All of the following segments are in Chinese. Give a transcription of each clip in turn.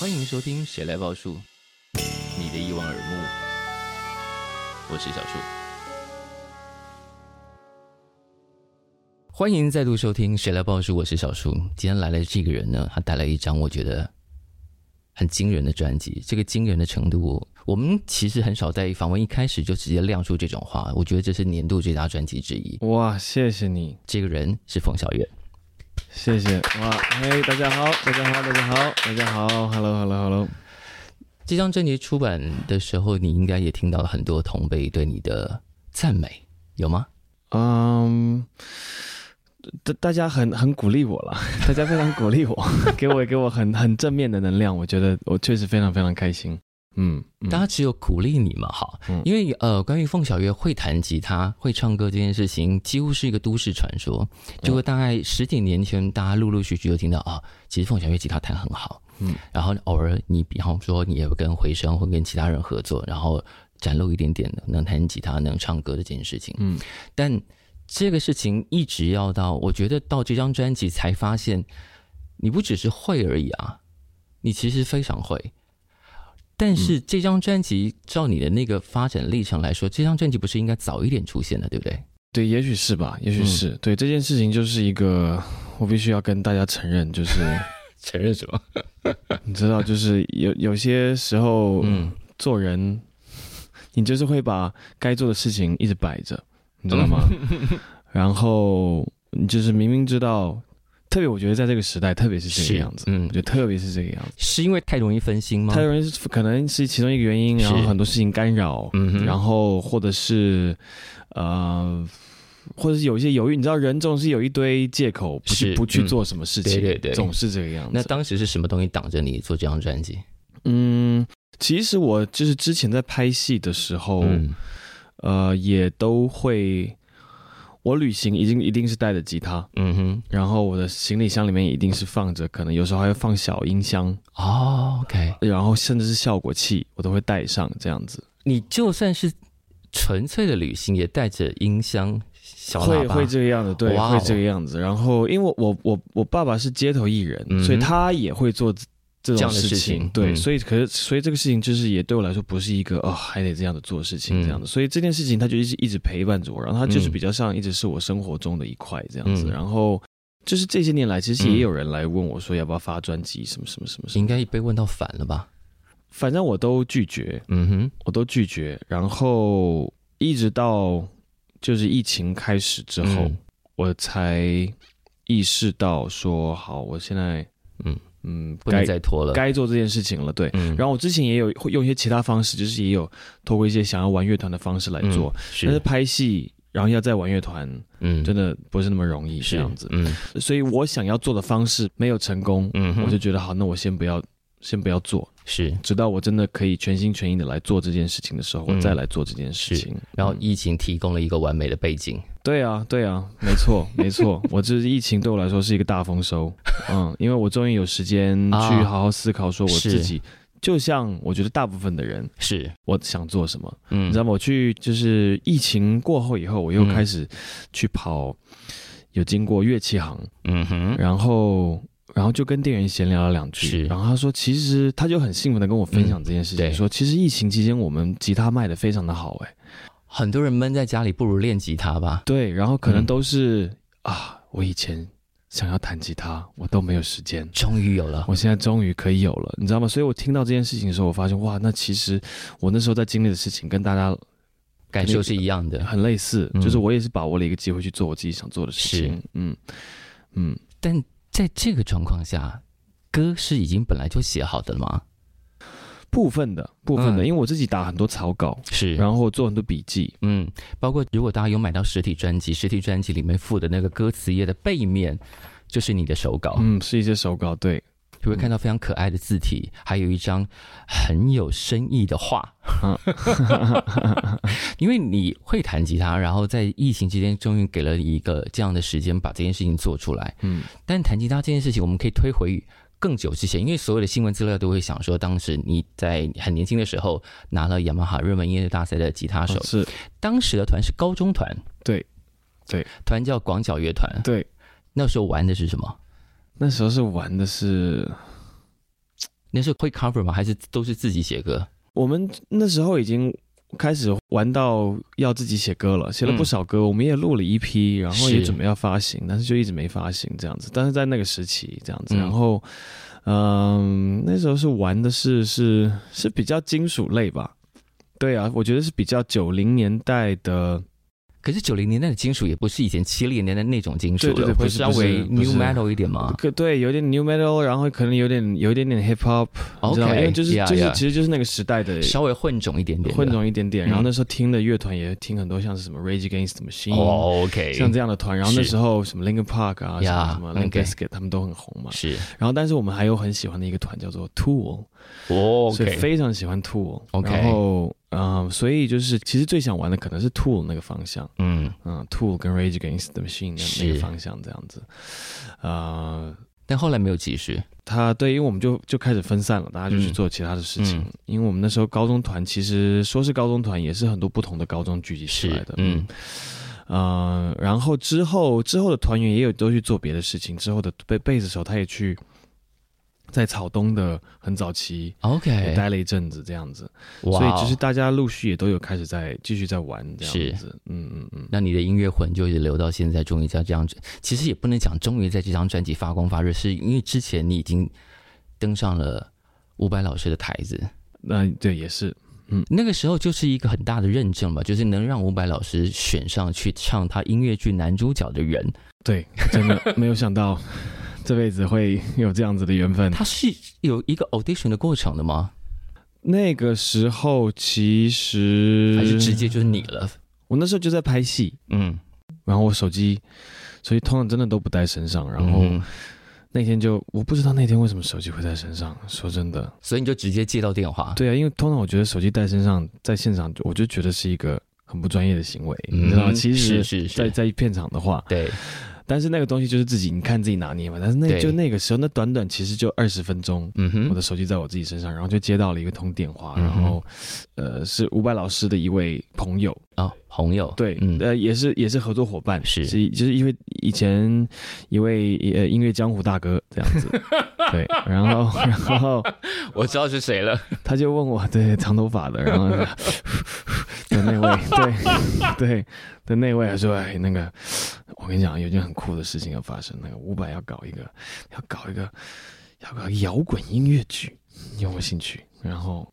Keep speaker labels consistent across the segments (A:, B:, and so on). A: 欢迎收听《谁来报数》，你的一望而目，我是小树。欢迎再度收听《谁来报数》，我是小树。今天来的这个人呢，他带来一张我觉得很惊人的专辑。这个惊人的程度，我们其实很少在访问一开始就直接亮出这种话。我觉得这是年度最佳专辑之一。
B: 哇，谢谢你，
A: 这个人是冯小岳。
B: 谢谢哇！嘿，大家好，大家好，大家好，大家好，Hello，Hello，Hello，
A: 这张专辑出版的时候，你应该也听到了很多同辈对你的赞美，有吗？
B: 嗯，大大家很很鼓励我了， 大家非常鼓励我， 给我给我很很正面的能量，我觉得我确实非常非常开心。嗯，嗯
A: 大家只有鼓励你嘛，哈
B: 嗯，
A: 因为呃，关于凤小岳会弹吉他、会唱歌这件事情，几乎是一个都市传说。就会大概十几年前，大家陆陆续续就听到啊，其实凤小岳吉他弹很好，
B: 嗯，
A: 然后偶尔你比方说你也会跟回声或跟其他人合作，然后展露一点点能弹吉他、能唱歌的这件事情，
B: 嗯，
A: 但这个事情一直要到我觉得到这张专辑才发现，你不只是会而已啊，你其实非常会。但
B: 嗯
A: 是这张专辑照你的那个发展历程来说，这张专辑不是应该早一点出现的，对不对？
B: 对，也许是吧，也许是、
A: 嗯
B: 对这件事情就是一个，我必须要跟大家承认，就是
A: 承认什么？
B: 你知道，就是有有些时候，
A: 嗯，
B: 做人，你就是会把该做的事情一直摆着，你知道吗？
A: 嗯
B: 然后你就是明明知道，特别我觉得在这个时代，特别是这个样子，
A: 嗯
B: 我，觉得特别是这个样子，
A: 是因为太容易分心吗
B: 太？多人是可能是其中一个原因，然后
A: 嗯是
B: 很多事情干扰，
A: 嗯哼
B: 然后或者是呃。或者是有一些犹豫，你知道人总是有一堆借口，不
A: 是
B: 去不去
A: 嗯
B: 做什么事情，
A: 对对对
B: 总是这个样子。
A: 那当时是什么东西挡着你做这张专辑？
B: 嗯，其实我就是之前在拍戏的时候，
A: 嗯
B: 呃，也都会。我旅行已经一定是带着吉他，
A: 嗯哼，
B: 然后我的行李箱里面一定是放着，可能有时候还会放小音箱，
A: 哦，OK，
B: 然后甚至是效果器，我都会带上这样子。
A: 你就算是纯粹的旅行，也带着音箱、小喇
B: 会
A: 叭，
B: 会这个样子，对，
A: 哇哦
B: 会这个样子。然后因为我我我爸爸是街头艺人，
A: 嗯哼
B: 所以他也会做这这
A: 这
B: 种
A: 样的事情
B: 对，
A: 嗯
B: 所以可是所以这个事情就是也对我来说不是一个哦，还得这样子做事
A: 嗯
B: 情这样子。所以这件事情他就一直一直陪伴着我，然后他就是
A: 嗯
B: 比较像一直是我生活中的一块这样子。
A: 嗯
B: 然后就是这些年来，其实
A: 嗯
B: 也有人来问我说要不要发专辑什么什么什么什么，
A: 应该被问到反了吧？
B: 反正我都拒绝，
A: 嗯哼，
B: 我都拒绝。然后一直到就是疫情开始之后。
A: 嗯
B: 我才意识到说，好，我现在，
A: 嗯
B: 嗯，
A: 不能
B: 该
A: 再拖了。
B: 该做这件事情了，对。
A: 嗯，
B: 然后我之前也有会用一些其他方式，就是也有透过一些想要玩乐团的方式来
A: 嗯
B: 做，但是
A: 是
B: 拍戏，然后要再玩乐团，
A: 嗯
B: 真的不是那么容易
A: 是
B: 这样子。
A: 嗯
B: 所以我想要做的方式没有成功，
A: 嗯哼，
B: 我就觉得好，那我先不要，先不要做，
A: 是。
B: 直到我真的可以全心全意的来做这件事情的时候，
A: 嗯
B: 我再来做这件事
A: 是
B: 情。
A: 然后
B: 嗯
A: 疫情提供了一个完美的背景，
B: 对啊，对啊，没错， 没错，我这疫情对我来说是一个大丰收，嗯，因为我终于有时间去
A: 啊
B: 好好思考，说我
A: 是
B: 自己，就像我觉得大部分的人，
A: 是，
B: 我想做什么，
A: 嗯
B: 你知道吗？我去就是疫情过后以后，我又
A: 嗯
B: 开始去跑，有经过乐器行，
A: 嗯哼，
B: 然后。然后就跟店员闲聊了两
A: 是
B: 句，然后他说，其实他就很兴奋的跟我分享这件事情，
A: 对
B: 说其实疫情期间我们吉他卖的非常的好，哎，
A: 很多人闷在家里，不如练吉他吧。
B: 对，然后可能
A: 嗯
B: 都是、啊，我以前想要弹吉他，我都没有时间，
A: 终于有了，
B: 我现在终于可以有了，你知道吗？所以我听到这件事情的时候，我发现哇，那其实我那时候在经历的事情跟大家
A: 感受是一样的。
B: 很类似，
A: 嗯
B: 就是我也是把握了一个机会去做我自己想做的事情，嗯嗯，
A: 但在这个状况下，歌是已经本来就写好的了吗？
B: 部分的部分的，
A: 嗯
B: 因为我自己打很多草稿，
A: 是，
B: 然后做很多笔记，
A: 嗯，包括如果大家有买到实体专辑，实体专辑里面附的那个歌词页的背面，就是你的手稿，
B: 嗯，是一些手稿，对
A: 就会
B: 嗯
A: 看到非常可爱的字体，还有一张很有深意的画。
B: 嗯
A: 因为你会弹吉他，然后在疫情期间终于给了一个这样的时间把这件事情做出来。
B: 嗯，
A: 但弹吉他这件事情，我们可以推回更久之前，因为所有的新闻资料都会想说，当时你在很年轻的时候拿了雅马哈热门音乐大赛的吉他手，
B: 啊是
A: 当时的团是高中团，
B: 嗯对，对，
A: 团叫广角乐团，
B: 对。
A: 那时候玩的是什么？
B: 那时候是玩的是
A: 那时候会 cover 吗？还是都是自己写歌？
B: 我们那时候已经开始玩到要自己写歌了，写了不少歌，我们也录了一批，然后也
A: 嗯是
B: 准备要发行，但是就一直没发行这样子。但是在那个时期这样子，
A: 嗯
B: 然后嗯、那时候是玩的是是是比较金属类吧，对啊，我觉得是比较九零年代的，
A: 可是九零年代的金属也不是以前七零年代那种金属了，
B: 对对对不
A: 会
B: 是
A: 稍
B: 不是
A: 微
B: 不
A: new
B: 是
A: metal 一点吗
B: 可对，有点 new metal，然后可能有点有一点点 hip hop，你知道吗？因
A: ？OK，
B: 为就是
A: yeah,
B: 就是
A: yeah
B: 其实就是那个时代的
A: 稍微混种一点点的，
B: 混种一点点，
A: 嗯
B: 然后那时候听的乐团也听很多，像是什么 Rage Against the Machine，、
A: 哦，OK，
B: 像这样的团。然后那
A: 是
B: 时候什么 Linkin Park 啊，什么
A: Yeah，
B: 什么 Linkin
A: OK
B: Biscuit，他们都很红嘛。
A: 是
B: 然后，但是我们还有很喜欢的一个团叫做 Tool，、
A: 哦
B: 所以
A: ，OK，
B: 非常喜欢 Tool。
A: OK
B: 然后，嗯、所以就是其实最想玩的可能是 Tool 那个方向，
A: 嗯，
B: 嗯，Tool 跟 Rage Against the Machine 那那
A: 是
B: 个方向这样子，呃。
A: 但后来没有继续，
B: 他对，因为我们就就开始分散了，大家就去
A: 嗯
B: 做其他的事情。
A: 嗯
B: 因为我们那时候高中团，其实说是高中团，也是很多不同的高中聚集起来
A: 是
B: 的。，
A: 嗯，
B: 呃，然后之后之后的团员也有都去做别的事情。之后的贝贝斯手他也去在草东的很早期也
A: ，OK，
B: 待了一阵子，这样子。
A: 哎哇
B: 所以
A: 哦，
B: 就是大家陆续也都有开始在继续在玩这样子。嗯嗯嗯，
A: 那你的音乐魂就一直留到现在，终于在这张专，其实也不能讲终于在这张专辑发光发热，是因为之前你已经登上了伍佰老师的台子，
B: 那、对也是
A: 那个时候就是一个很大的认证嘛，就是能让伍佰老师选上去唱他音乐剧男主角的人，
B: 对，真的没有想到 这辈子会有这样子的缘分。
A: 他是有一个 audition 的过程的吗？
B: 那个时候其实
A: 还是直接就是你了？
B: 我那时候就在拍戏，
A: 嗯，
B: 然后我手机，所以通常真的都不带身上。然后
A: 嗯
B: 那天就我不知道那天为什么手机会在身上。说真的，
A: 所以你就直接接到电话，
B: 对啊，因为通常我觉得手机带身上，在现场我就觉得是一个很不专业的行为，
A: 嗯，
B: 你知道吗？其
A: 是
B: 实
A: 是
B: 在
A: 是，
B: 在片场的话，
A: 对，
B: 但是那个东西就是自己，你看自己拿捏嘛。但是那
A: 对
B: 就那个时候，那短短其实就二十分钟，
A: 嗯
B: 我
A: 哼
B: 的，手机在我自己身上，然后就接到了一个通电话，
A: 嗯
B: 然
A: 哼
B: 后，呃，是伍佰老师的一位朋友，
A: 哦，红友，
B: 对，
A: 嗯，
B: 呃，也是也是合作伙伴，
A: 是
B: 是就是因为以前一位呃音乐江湖大哥这样 子，对，然后然后
A: 我知道是谁了，
B: 他就问我，对，长头发的，然后 的那位，对对的那位说，哎，那个我跟你讲，有一件很酷的事情要发生，那个伍佰要搞一个，要搞一个，要搞一个摇滚音乐剧，你有没有兴趣？然后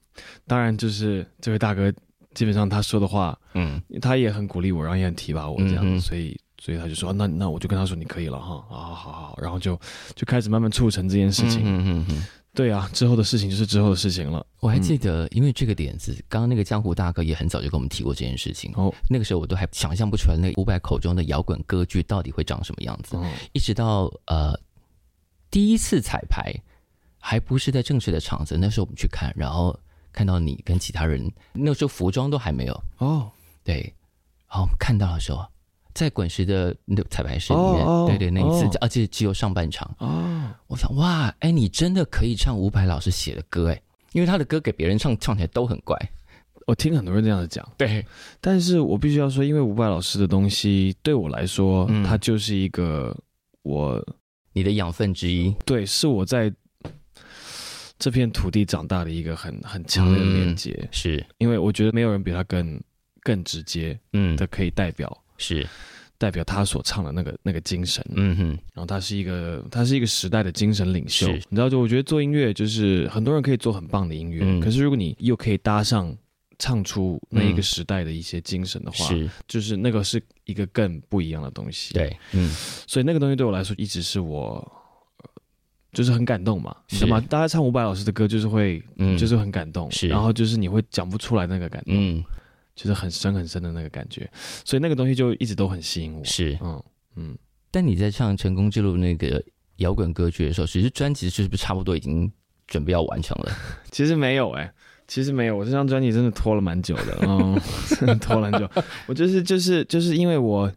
B: 当然就是这位大哥，基本上他说的话。
A: 嗯，
B: 他也很鼓励我，然后也很提拔我这样，
A: 嗯哼
B: 所以所以他就说，啊那那我就跟他说你可以了哈，啊好好好，然后就就开始慢慢促成这件事情。
A: 嗯嗯嗯。
B: 对啊，之后的事情就是之后的事情了。
A: 我还记得，因为这个点子，刚刚那个江湖大哥也很早就跟我们提过这件事情。
B: 哦
A: 那个时候我都还想象不出来，那伍佰口中的摇滚歌剧到底会长什么样子。
B: 嗯，
A: 一直到呃第一次彩排，还不是在正式的场子，那时候我们去看，然后看到你跟其他人，那时候服装都还没有，
B: 哦，
A: 对，然后我们看到的时候，在滚石的那彩排室里面，
B: 哦哦
A: 对对，那一次，
B: 哦
A: 而且只有上半场，
B: 哦，
A: 我想哇，哎，你真的可以唱伍佰老师写的歌哎，因为他的歌给别人唱唱起来都很 怪。
B: 我听很多人这样子讲，
A: 对，
B: 但是我必须要说，因为伍佰老师的东西对我来说，
A: 嗯
B: 它就是一个我
A: 你的养分之一，
B: 对，是我在这片土地长大的一个很很强烈的
A: 嗯
B: 连接，
A: 是，
B: 因为我觉得没有人比他更更直接
A: 嗯
B: 的，可以代表
A: 是，
B: 代表他所唱的那个那个精神。
A: 嗯哼，
B: 然后他是一个，他是一个时代的精神领袖，
A: 是
B: 你知道？就我觉得做音乐就是很多人可以做很棒的音乐，
A: 嗯
B: 可是如果你又可以搭上唱出那一个时代的一些精神的话，
A: 嗯是，
B: 就是那个是一个更不一样的东西。，
A: 对，嗯，
B: 所以那个东西对我来说一直是我，呃就是很感动嘛，
A: 是
B: 你知道吗？大家唱伍佰老师的歌就是会，
A: 嗯，
B: 就是，很感动，
A: 是
B: 然后就是你会讲不出来那个感动，
A: 嗯，
B: 就是很深很深的那个感觉，所以那个东西就一直都很吸引我。
A: 是。
B: 嗯嗯，
A: 但你在唱《成功之路》那个摇滚歌剧的时候，其实专辑是不是差不多已经准备要完成了？
B: 其实没有哎、其实没有，我这张专辑真的拖了蛮久的，嗯， 真的拖了很久。我就是就是就是因为我，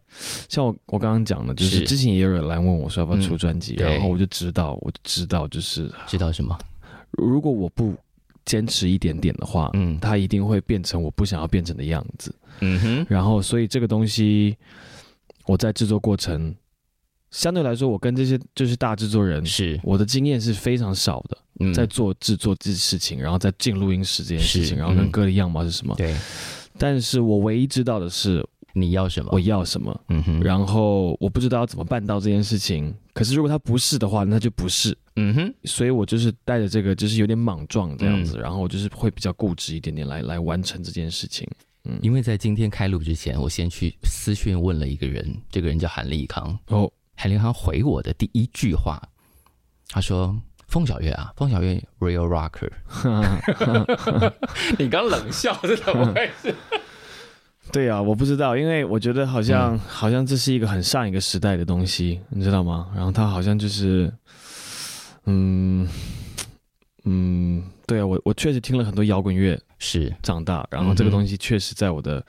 B: 像我我刚刚讲的，就是
A: 是
B: 之前也有人来问我说要不要出专辑，
A: 嗯
B: 然后
A: 对
B: 我就知道，我就知道，就是
A: 知道什么？
B: 如果我不坚持一点点的话，嗯，
A: 嗯
B: 它一定会变成我不想要变成的样子。
A: 嗯哼，
B: 然后，所以这个东西，我在制作过程相对来说，我跟这些就是大制作人，
A: 是
B: 我的经验是非常少的，
A: 嗯，
B: 在做制作这事情，然后再进录音室这件事
A: 是
B: 情，然后跟
A: 嗯
B: 歌的样貌是什么。
A: 对，
B: 但是我唯一知道的是
A: 你要什么？
B: 我要什么，
A: 嗯哼，
B: 然后我不知道要怎么办到这件事情。可是如果它不是的话，那就不是。
A: 嗯哼，
B: 所以我就是带着这个，就是有点莽撞这样子，
A: 嗯
B: 然后我就是会比较固执一点点来来完成这件事情。嗯，
A: 因为在今天开录之前，我先去私讯问了一个人，这个人叫韩立康。
B: 哦，
A: 韩立康回我的第一句话，他说：“凤小岳啊，凤小岳 real rocker。” 你刚冷笑是怎么回事？
B: 对啊，我不知道，因为我觉得好像、
A: 嗯
B: 好像这是一个很上一个时代的东西，你知道吗？然后它好像就是，嗯嗯，对啊，我我确实听了很多摇滚乐
A: 是，
B: 长大，然后这个
A: 嗯哼
B: 东西确实在我的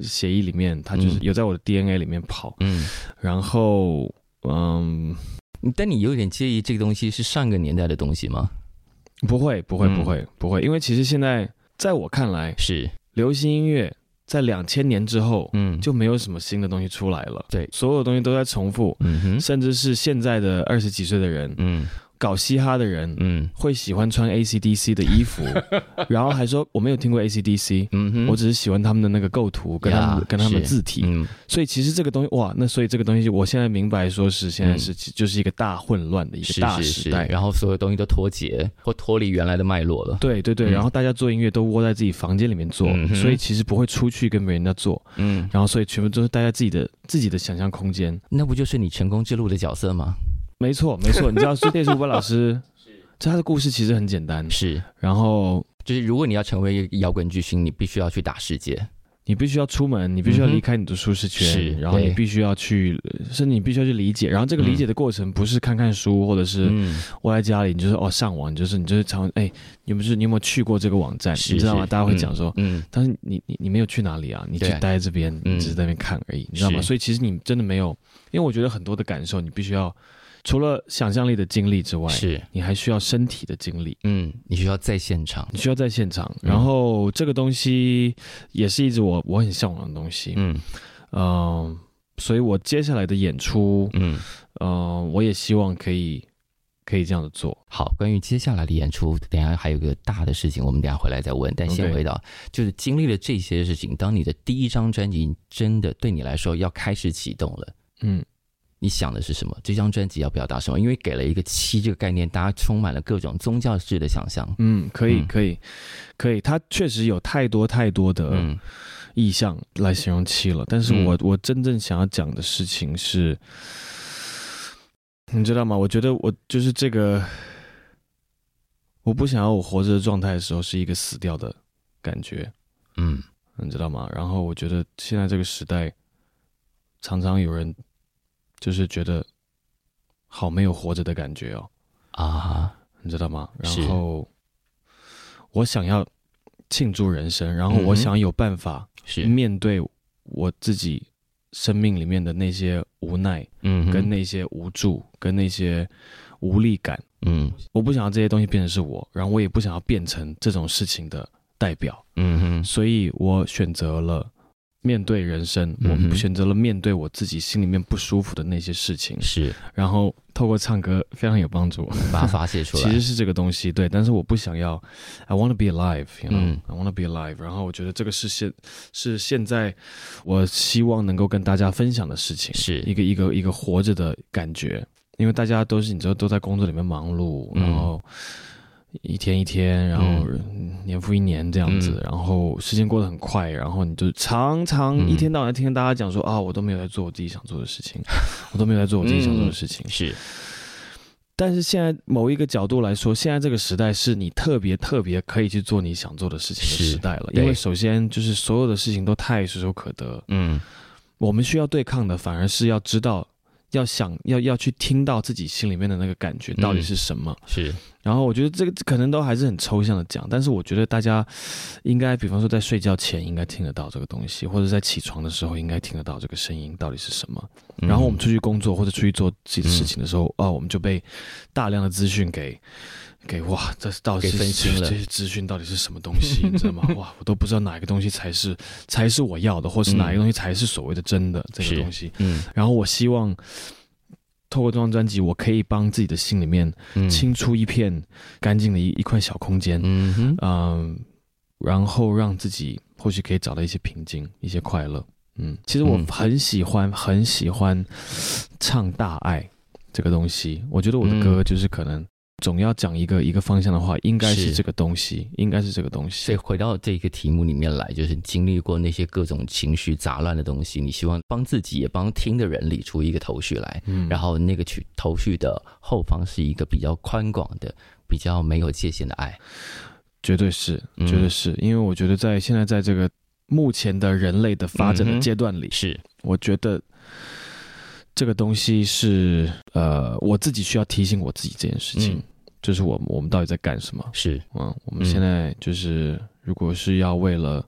B: 协议里面，它就是
A: 嗯
B: 有在我的 DNA 里面跑，
A: 嗯，
B: 然后嗯。
A: 但你有点介意这个东西是上个年代的东西吗？
B: 不会，不会，
A: 嗯
B: 不会，不会，因为其实现在在我看来，
A: 是，
B: 流行音乐在两千年之后
A: 嗯，
B: 就没有什么新的东西出来了，
A: 对
B: 所有东西都在重复，
A: 嗯哼，
B: 甚至是现在的二十几岁的人，
A: 嗯
B: 搞嘻哈的人
A: 嗯
B: 会喜欢穿 AC/DC 的 衣服，然后还说我没有听过 AC/DC。
A: 嗯哼，
B: 我只是喜欢他们的那个构图，跟他们的
A: 呀
B: 跟他们的
A: 是
B: 字体，
A: 嗯
B: 所以其实这个东西哇，那所以这个东西，我现在明白，说是现在是、就是一个大混乱的一个
A: 嗯是嗯
B: 大
A: 是
B: 时
A: 是，
B: 代，
A: 然后所有东西都脱节或脱离原来的脉络了。
B: 对对对，
A: 嗯
B: 然后大家做音乐都窝在自己房间里面做，
A: 嗯哼
B: 所以其实不会出去跟别人家做，
A: 嗯，
B: 然后所以全部都是待在自己的自己的想象空间。
A: 那不就是你成功之路的角色吗？
B: 没错，没错，你知道是这是伍佰 老师，这他的故事其实很简单，
A: 是，
B: 然后
A: 就是如果你要成为一个摇滚巨星，你必须要去打世界。
B: 你必须要出门，你必须要
A: 嗯哼
B: 离开你的舒适圈，
A: 是
B: 然后你
A: 对
B: 必须要去，甚至你必须要去理解，然后这个理解的过程不是看看书，或者是
A: 嗯，
B: 窝在家里，你就是哦上网，你就是你就是常哎，你们是你有没有去过这个网站？
A: 是
B: 你知道吗？
A: 是
B: 大家会讲说。
A: 嗯，
B: 但是你你你没有去哪里啊？你就
A: 对
B: 待在这边，
A: 嗯
B: 你只是在那边看而已，你知道吗？
A: 是
B: 所以其实你真的没有，因为我觉得很多的感受，你必须要除了想象力的经历之外，
A: 是，
B: 你还需要身体的经历，
A: 嗯，你需要在现场。
B: 你需要在现场。
A: 嗯
B: 然后这个东西也是一直我我很向往的东西，嗯、
A: 嗯
B: 所以我接下来的演出，
A: 嗯，
B: 嗯、我也希望可以可以这样子做。
A: 好，关于接下来的演出，等一下还有个大的事情，我们等一下回来再问。但先
B: OK
A: 回到就是经历了这些事情，当你的第一张专辑真的对你来说要开始启动了。
B: 嗯，
A: 你想的是什么？这张专辑要表达什么？因为给了一个“七”这个概念，大家充满了各种宗教式的想象。
B: 嗯，可以，
A: 嗯
B: 可以，可以。它确实有太多太多的
A: 嗯
B: 意象来形容七了，但是
A: 嗯
B: 我、我真正想要讲的事情是，你知道吗？我觉得我就是这个，我不想要我活着的状态的时候是一个死掉的感觉，
A: 嗯
B: 你知道吗？然后我觉得现在这个时代，常常有人就是觉得好没有活着的感觉哦。
A: 啊，
B: 你知道吗？然
A: 是
B: 后我想要庆祝人生，然
A: 嗯
B: 后
A: 哼
B: 我想有办法
A: 是
B: 面对我自己生命里面的那些无奈、
A: 嗯
B: 跟那些无助、跟那些无力感。
A: 嗯
B: 我不想要这些东西变成是我，然后我也不想要变成这种事情的代表，
A: 嗯哼
B: 所以我选择了。面对人生，
A: 嗯哼
B: 我选择了面对我自己心里面不舒服的那些事情，
A: 是
B: 然后透过唱歌非常有帮助。
A: 把它发泄出来。
B: 其实是这个东西，对，但是我不想要，I want to be alive，you know，、
A: 嗯
B: I want to be alive。然后我觉得这个是现是现在我希望能够跟大家分享的事情，
A: 是
B: 一个一个一个活着的感觉，因为大家都是你知道都在工作里面忙碌，
A: 嗯
B: 然后一天一天，然后年复一年这样
A: 嗯
B: 子，然后时间过得很快，然后你就常常
A: 嗯
B: 一天到晚听大家讲说、啊，我都没有在做我自己想做的事情，我都没有在做我自己想
A: 嗯
B: 做的事情，
A: 是
B: 但是现在某一个角度来说，现在这个时代是你特别特别可以去做你想做的事情
A: 是
B: 的时代了，
A: 对
B: 因为首先就是所有的事情都太随手可得，
A: 嗯
B: 我们需要对抗的反而是要知道要想要要去听到自己心里面的那个感觉到底是什么。
A: 是
B: 然后我觉得这个可能都还是很抽象的讲，但是我觉得大家应该，比方说在睡觉前应该听得到这个东西，或者在起床的时候应该听得到这个声音到底是什么。
A: 嗯
B: 然后我们出去工作或者出去做自己的事情的时候，啊，我们就被大量的资讯给给哇，这到底
A: 给
B: 是
A: 分心了
B: 这些资讯到底是什么东西，你知 道吗？哇，我都不知道哪个东西才是才是我要的，或是哪一个东西才是所谓的真的、这
A: 嗯是
B: 个东西。
A: 嗯
B: 然后我希望透过这张专辑，我可以帮自己的心里面
A: 嗯
B: 清出一片干净的一一块小空间，嗯、
A: 嗯哼
B: 然后让自己或许可以找到一些平静、一些快乐。嗯，其实我
A: 嗯
B: 很喜欢、很喜欢唱大爱这个东西。我觉得我的歌就是可能总要讲一个一个方向的话，应该是
A: 是
B: 这个东西，应该是这个东
A: 所以
B: 西。
A: 回到这个题目里面来，就是经历过那些各种情绪杂乱的东西，你希望帮自己也帮听的人理出一个头绪来，
B: 嗯
A: 然后那个去头绪的后方是一个比较宽广的、比较没有界限的爱。
B: 绝对是，
A: 嗯
B: 绝对是，因为我觉得在现在在这个目前的人类的发
A: 嗯
B: 展的
A: 哼
B: 阶段里，
A: 是，
B: 我觉得这个东西是呃，我自己需要提醒我自己这件事情，
A: 嗯
B: 就是我我们到底在干什么？
A: 是，
B: 嗯，
A: 嗯
B: 我们现在就是、如果是要为了。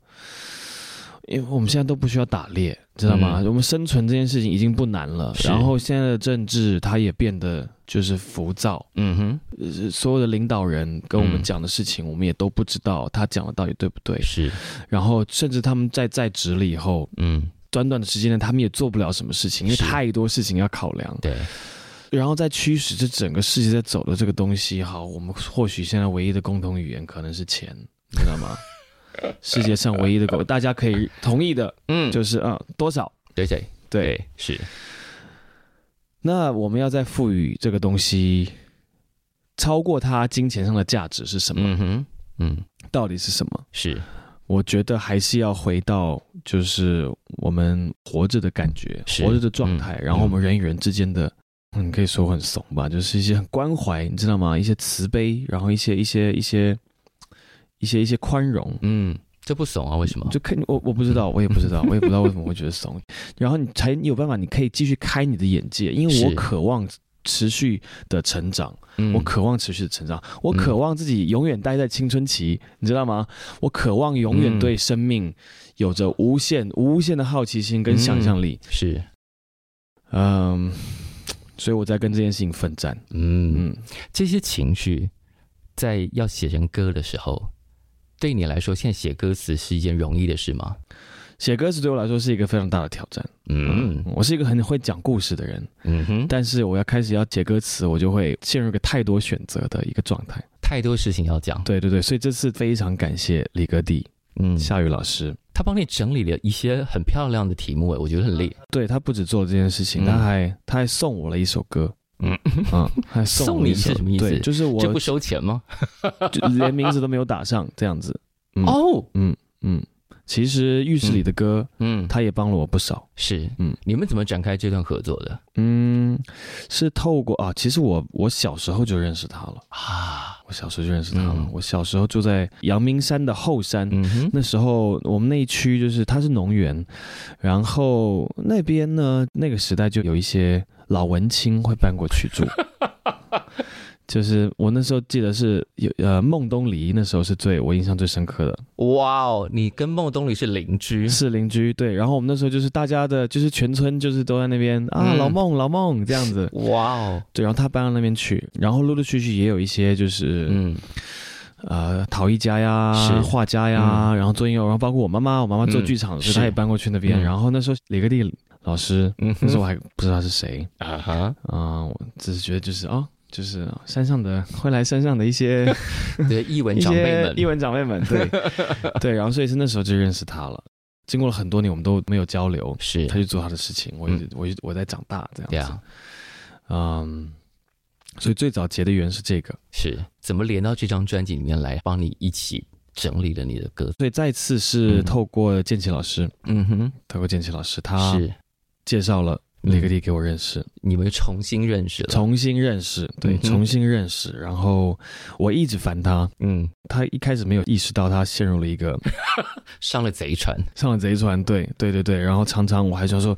B: 因为我们现在都不需要打猎，知道吗？
A: 嗯
B: 我们生存这件事情已经不难了，
A: 是
B: 然后现在的政治它也变得就是浮躁，
A: 嗯哼，
B: 呃所有的领导人跟我们
A: 嗯
B: 讲的事情，我们也都不知道他讲的到底对不对。
A: 是，
B: 然后甚至他们在在职了以后，
A: 嗯，
B: 短短的时间内，他们也做不了什么事情，因为
A: 是
B: 太多事情要考量，
A: 对，
B: 然后再驱使这整个世界在走的这个东西。好，我们或许现在唯一的共同语言可能是钱，你知道 吗？世界上唯一的狗，大家可以同意的
A: 嗯，
B: 就是啊、多少？
A: 对对
B: 对，，
A: 是，
B: 那我们要再赋予这个东西超过它金钱上的价值是什么？
A: 嗯哼，嗯，
B: 到底是什么？
A: 是，
B: 我觉得还是要回到就是我们活着的感觉，
A: 是
B: 活着的状态，
A: 嗯
B: 然后我们人与人之间的，嗯，可以说很怂吧，就是一些很关怀，你知道吗？一些慈悲，然后一些一些一些一些一些宽容。
A: 嗯，这不怂啊？为什么？
B: 就看我，我不知道，我也不 知道，我也不知道为什么会觉得怂。然后你才你有办法，你可以继续开你的眼界，因为我
A: 是
B: 渴望持续的成长，
A: 嗯
B: 我渴望持续的成长，我渴望自己永远待在青春期，你知道吗？我渴望永远对生命有着无限、无限的好奇心跟想象力。
A: 是，
B: 嗯，所以我在跟这件事情奋战。
A: 嗯
B: 嗯，
A: 这些情绪在要写成歌的时候，对你来说，现在写歌词是一件容易的事吗？
B: 写歌词对我来说是一个非常大的挑战。嗯
A: 嗯，
B: 我是一个很会讲故事的人，
A: 嗯哼，
B: 但是我要开始要写歌词，我就会陷入一个太多选择的一个状态。
A: 太多事情要讲。
B: 对对对，所以这次非常感谢李格弟、
A: 嗯，
B: 夏雨老师。
A: 他帮你整理了一些很漂亮的题目，哎，我觉得很厉害。
B: 对他不止做了这件事情，
A: 嗯
B: 他还他还送我了一首歌，
A: 嗯
B: 嗯嗯，还
A: 送
B: 我
A: 你
B: 一首
A: 是什么意思
B: 对，就是我
A: 这不收钱吗？
B: 就连名字都没有打上，这样子。嗯
A: 哦，
B: 嗯，其实浴室里的歌，
A: 嗯，
B: 他也帮了我不少。
A: 是，嗯
B: 嗯，
A: 你们怎么展开这段合作的
B: 嗯，是透过啊，其实我我小时候就认识他了，
A: 啊？
B: 我小时候就认识他了。
A: 嗯
B: 我小时候住在阳明山的后山，
A: 嗯哼，
B: 那时候我们那一区就是它是农园，然后那边呢，那个时代就有一些老文青会搬过去住。就是我那时候记得是有呃孟东篱，那时候是最我印象最深刻的，
A: 哇哦，你跟孟东里是邻居，
B: 是邻居对。然后我们那时候就是大家的，就是全村就是都在那边啊，
A: 嗯
B: 老孟老孟这样子。
A: 哇哦，
B: 对，然后他搬到那边去，然后陆陆续续也有一些就是、
A: 嗯，
B: 呃陶艺家
A: 是
B: 呀、画家呀，然后做音乐，然后包括我妈妈，我妈妈做
A: 嗯
B: 剧场的，所以
A: 是
B: 她也搬过去那边。
A: 嗯
B: 然后那时候李格弟老师，
A: 嗯
B: 那时候我还不知道他是谁
A: 啊哈，
B: 啊、我只是觉得就是哦，就是山上的会来山上的一些
A: 对，译文
B: 一
A: 长辈
B: 些
A: 们
B: 艺，文长辈们，对对，然后所以是那时候就认识他了。经过了很多年，我们都没有交流，
A: 是
B: 他，去做他的事情，我一直我一直我在长大这
A: 对
B: 样子，
A: 啊，
B: 嗯，所以最早结的缘是这个。
A: 是，怎么连到这张专辑里面来，帮你一起整理了你的歌？
B: 所以再次是
A: 嗯
B: 透过建奇老师，
A: 嗯哼，
B: 透过建奇老师，他
A: 是，
B: 介绍了
A: 嗯
B: 雷格弟给我认识，
A: 你们重新认识了，
B: 重新认识，对，
A: 嗯哼
B: 重新认识。然后我一直烦他，
A: 嗯，
B: 他一开始没有意识到他陷入了一个
A: 上了贼船，
B: 上了贼船，对，对对对。然后常常我还想说，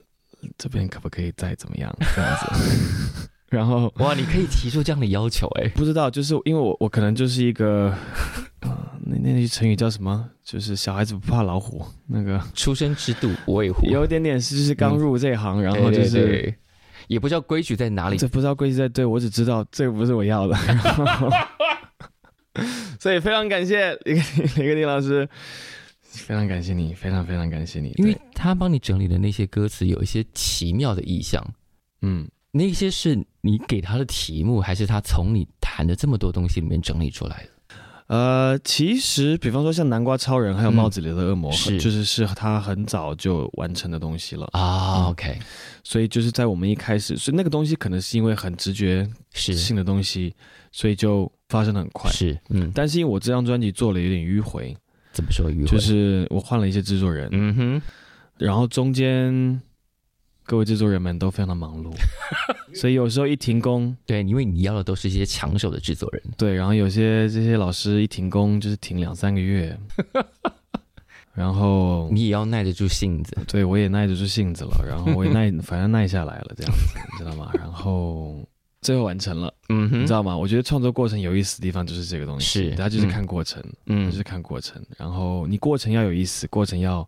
B: 这边可不可以再怎么样 这样子？ 然后
A: 哇，你可以提出这样的要求哎、
B: 不知道，就是因为我我可能就是一个， 呃那那句成语叫什么？就是小孩子不怕老虎，那个
A: 出生之度我也虎，
B: 有一点点是就是刚入这一行，然后
A: 嗯对
B: 就
A: 对
B: 是
A: 对也不知道规矩在哪里，
B: 这不知道规矩在对，我只知道这个不是我要的。 然后所以非常感谢林林跟林老师，非常感谢你，非常非常感谢你。
A: 因为
B: 对
A: 他帮你整理的那些歌词有一些奇妙的意象，
B: 嗯，
A: 那些是你给他的题目，还是他从你谈的这么多东西里面整理出来的？
B: 呃，其实比方说像南瓜超人还有
A: 嗯
B: 帽子里的恶魔，
A: 是
B: 就是是他很早就完成的东西了。
A: 啊、
B: 嗯
A: o k
B: 所以就是在我们一开始，所以那个东西可能是因为很直觉
A: 是
B: 性的东西，所以就发生的很快。
A: 是，嗯，
B: 但是因为我这张专辑做了有点迂回，
A: 怎么说迂回？
B: 就是我换了一些制作人，
A: 嗯哼，
B: 然后中间各位制作人们都非常的忙 碌，所以有时候一停工，
A: 对，因为你要的都是一些抢手的制作人，
B: 对，然后有些这些老师一停工就是停两三 个月，然后
A: 你也要耐得住性子，
B: 对我也耐得住性子了，然后我 也耐，反正耐下来了这样子，你知道吗？然后最后完成了，
A: 嗯
B: 你
A: 哼
B: 知，道吗？我觉得创作过程有意思的地方就是这个东西，
A: 是
B: 它就是
A: 嗯
B: 看过程，
A: 嗯
B: 就是看过程，然后你过程要有意思，过程要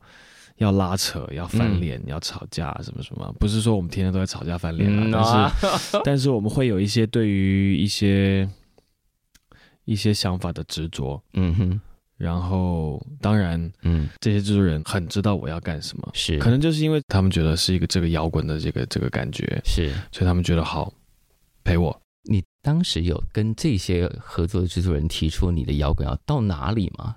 B: 要拉扯，要
A: 嗯
B: 翻脸，要吵架，什么什么，不是说我们天天都在吵架翻脸啊，
A: 嗯
B: 但是、
A: 啊
B: 但是我们会有一些对于一些一些想法的执着，
A: 嗯哼，
B: 然后当然
A: 嗯，
B: 这些制作人很知道我要干什么，
A: 是，
B: 可能就是因为他们觉得是一个这个摇滚的这个这个感觉，
A: 是
B: 所以他们觉得好陪我，
A: 你当时有跟这些合作的制作人提出你的摇滚要到哪里吗？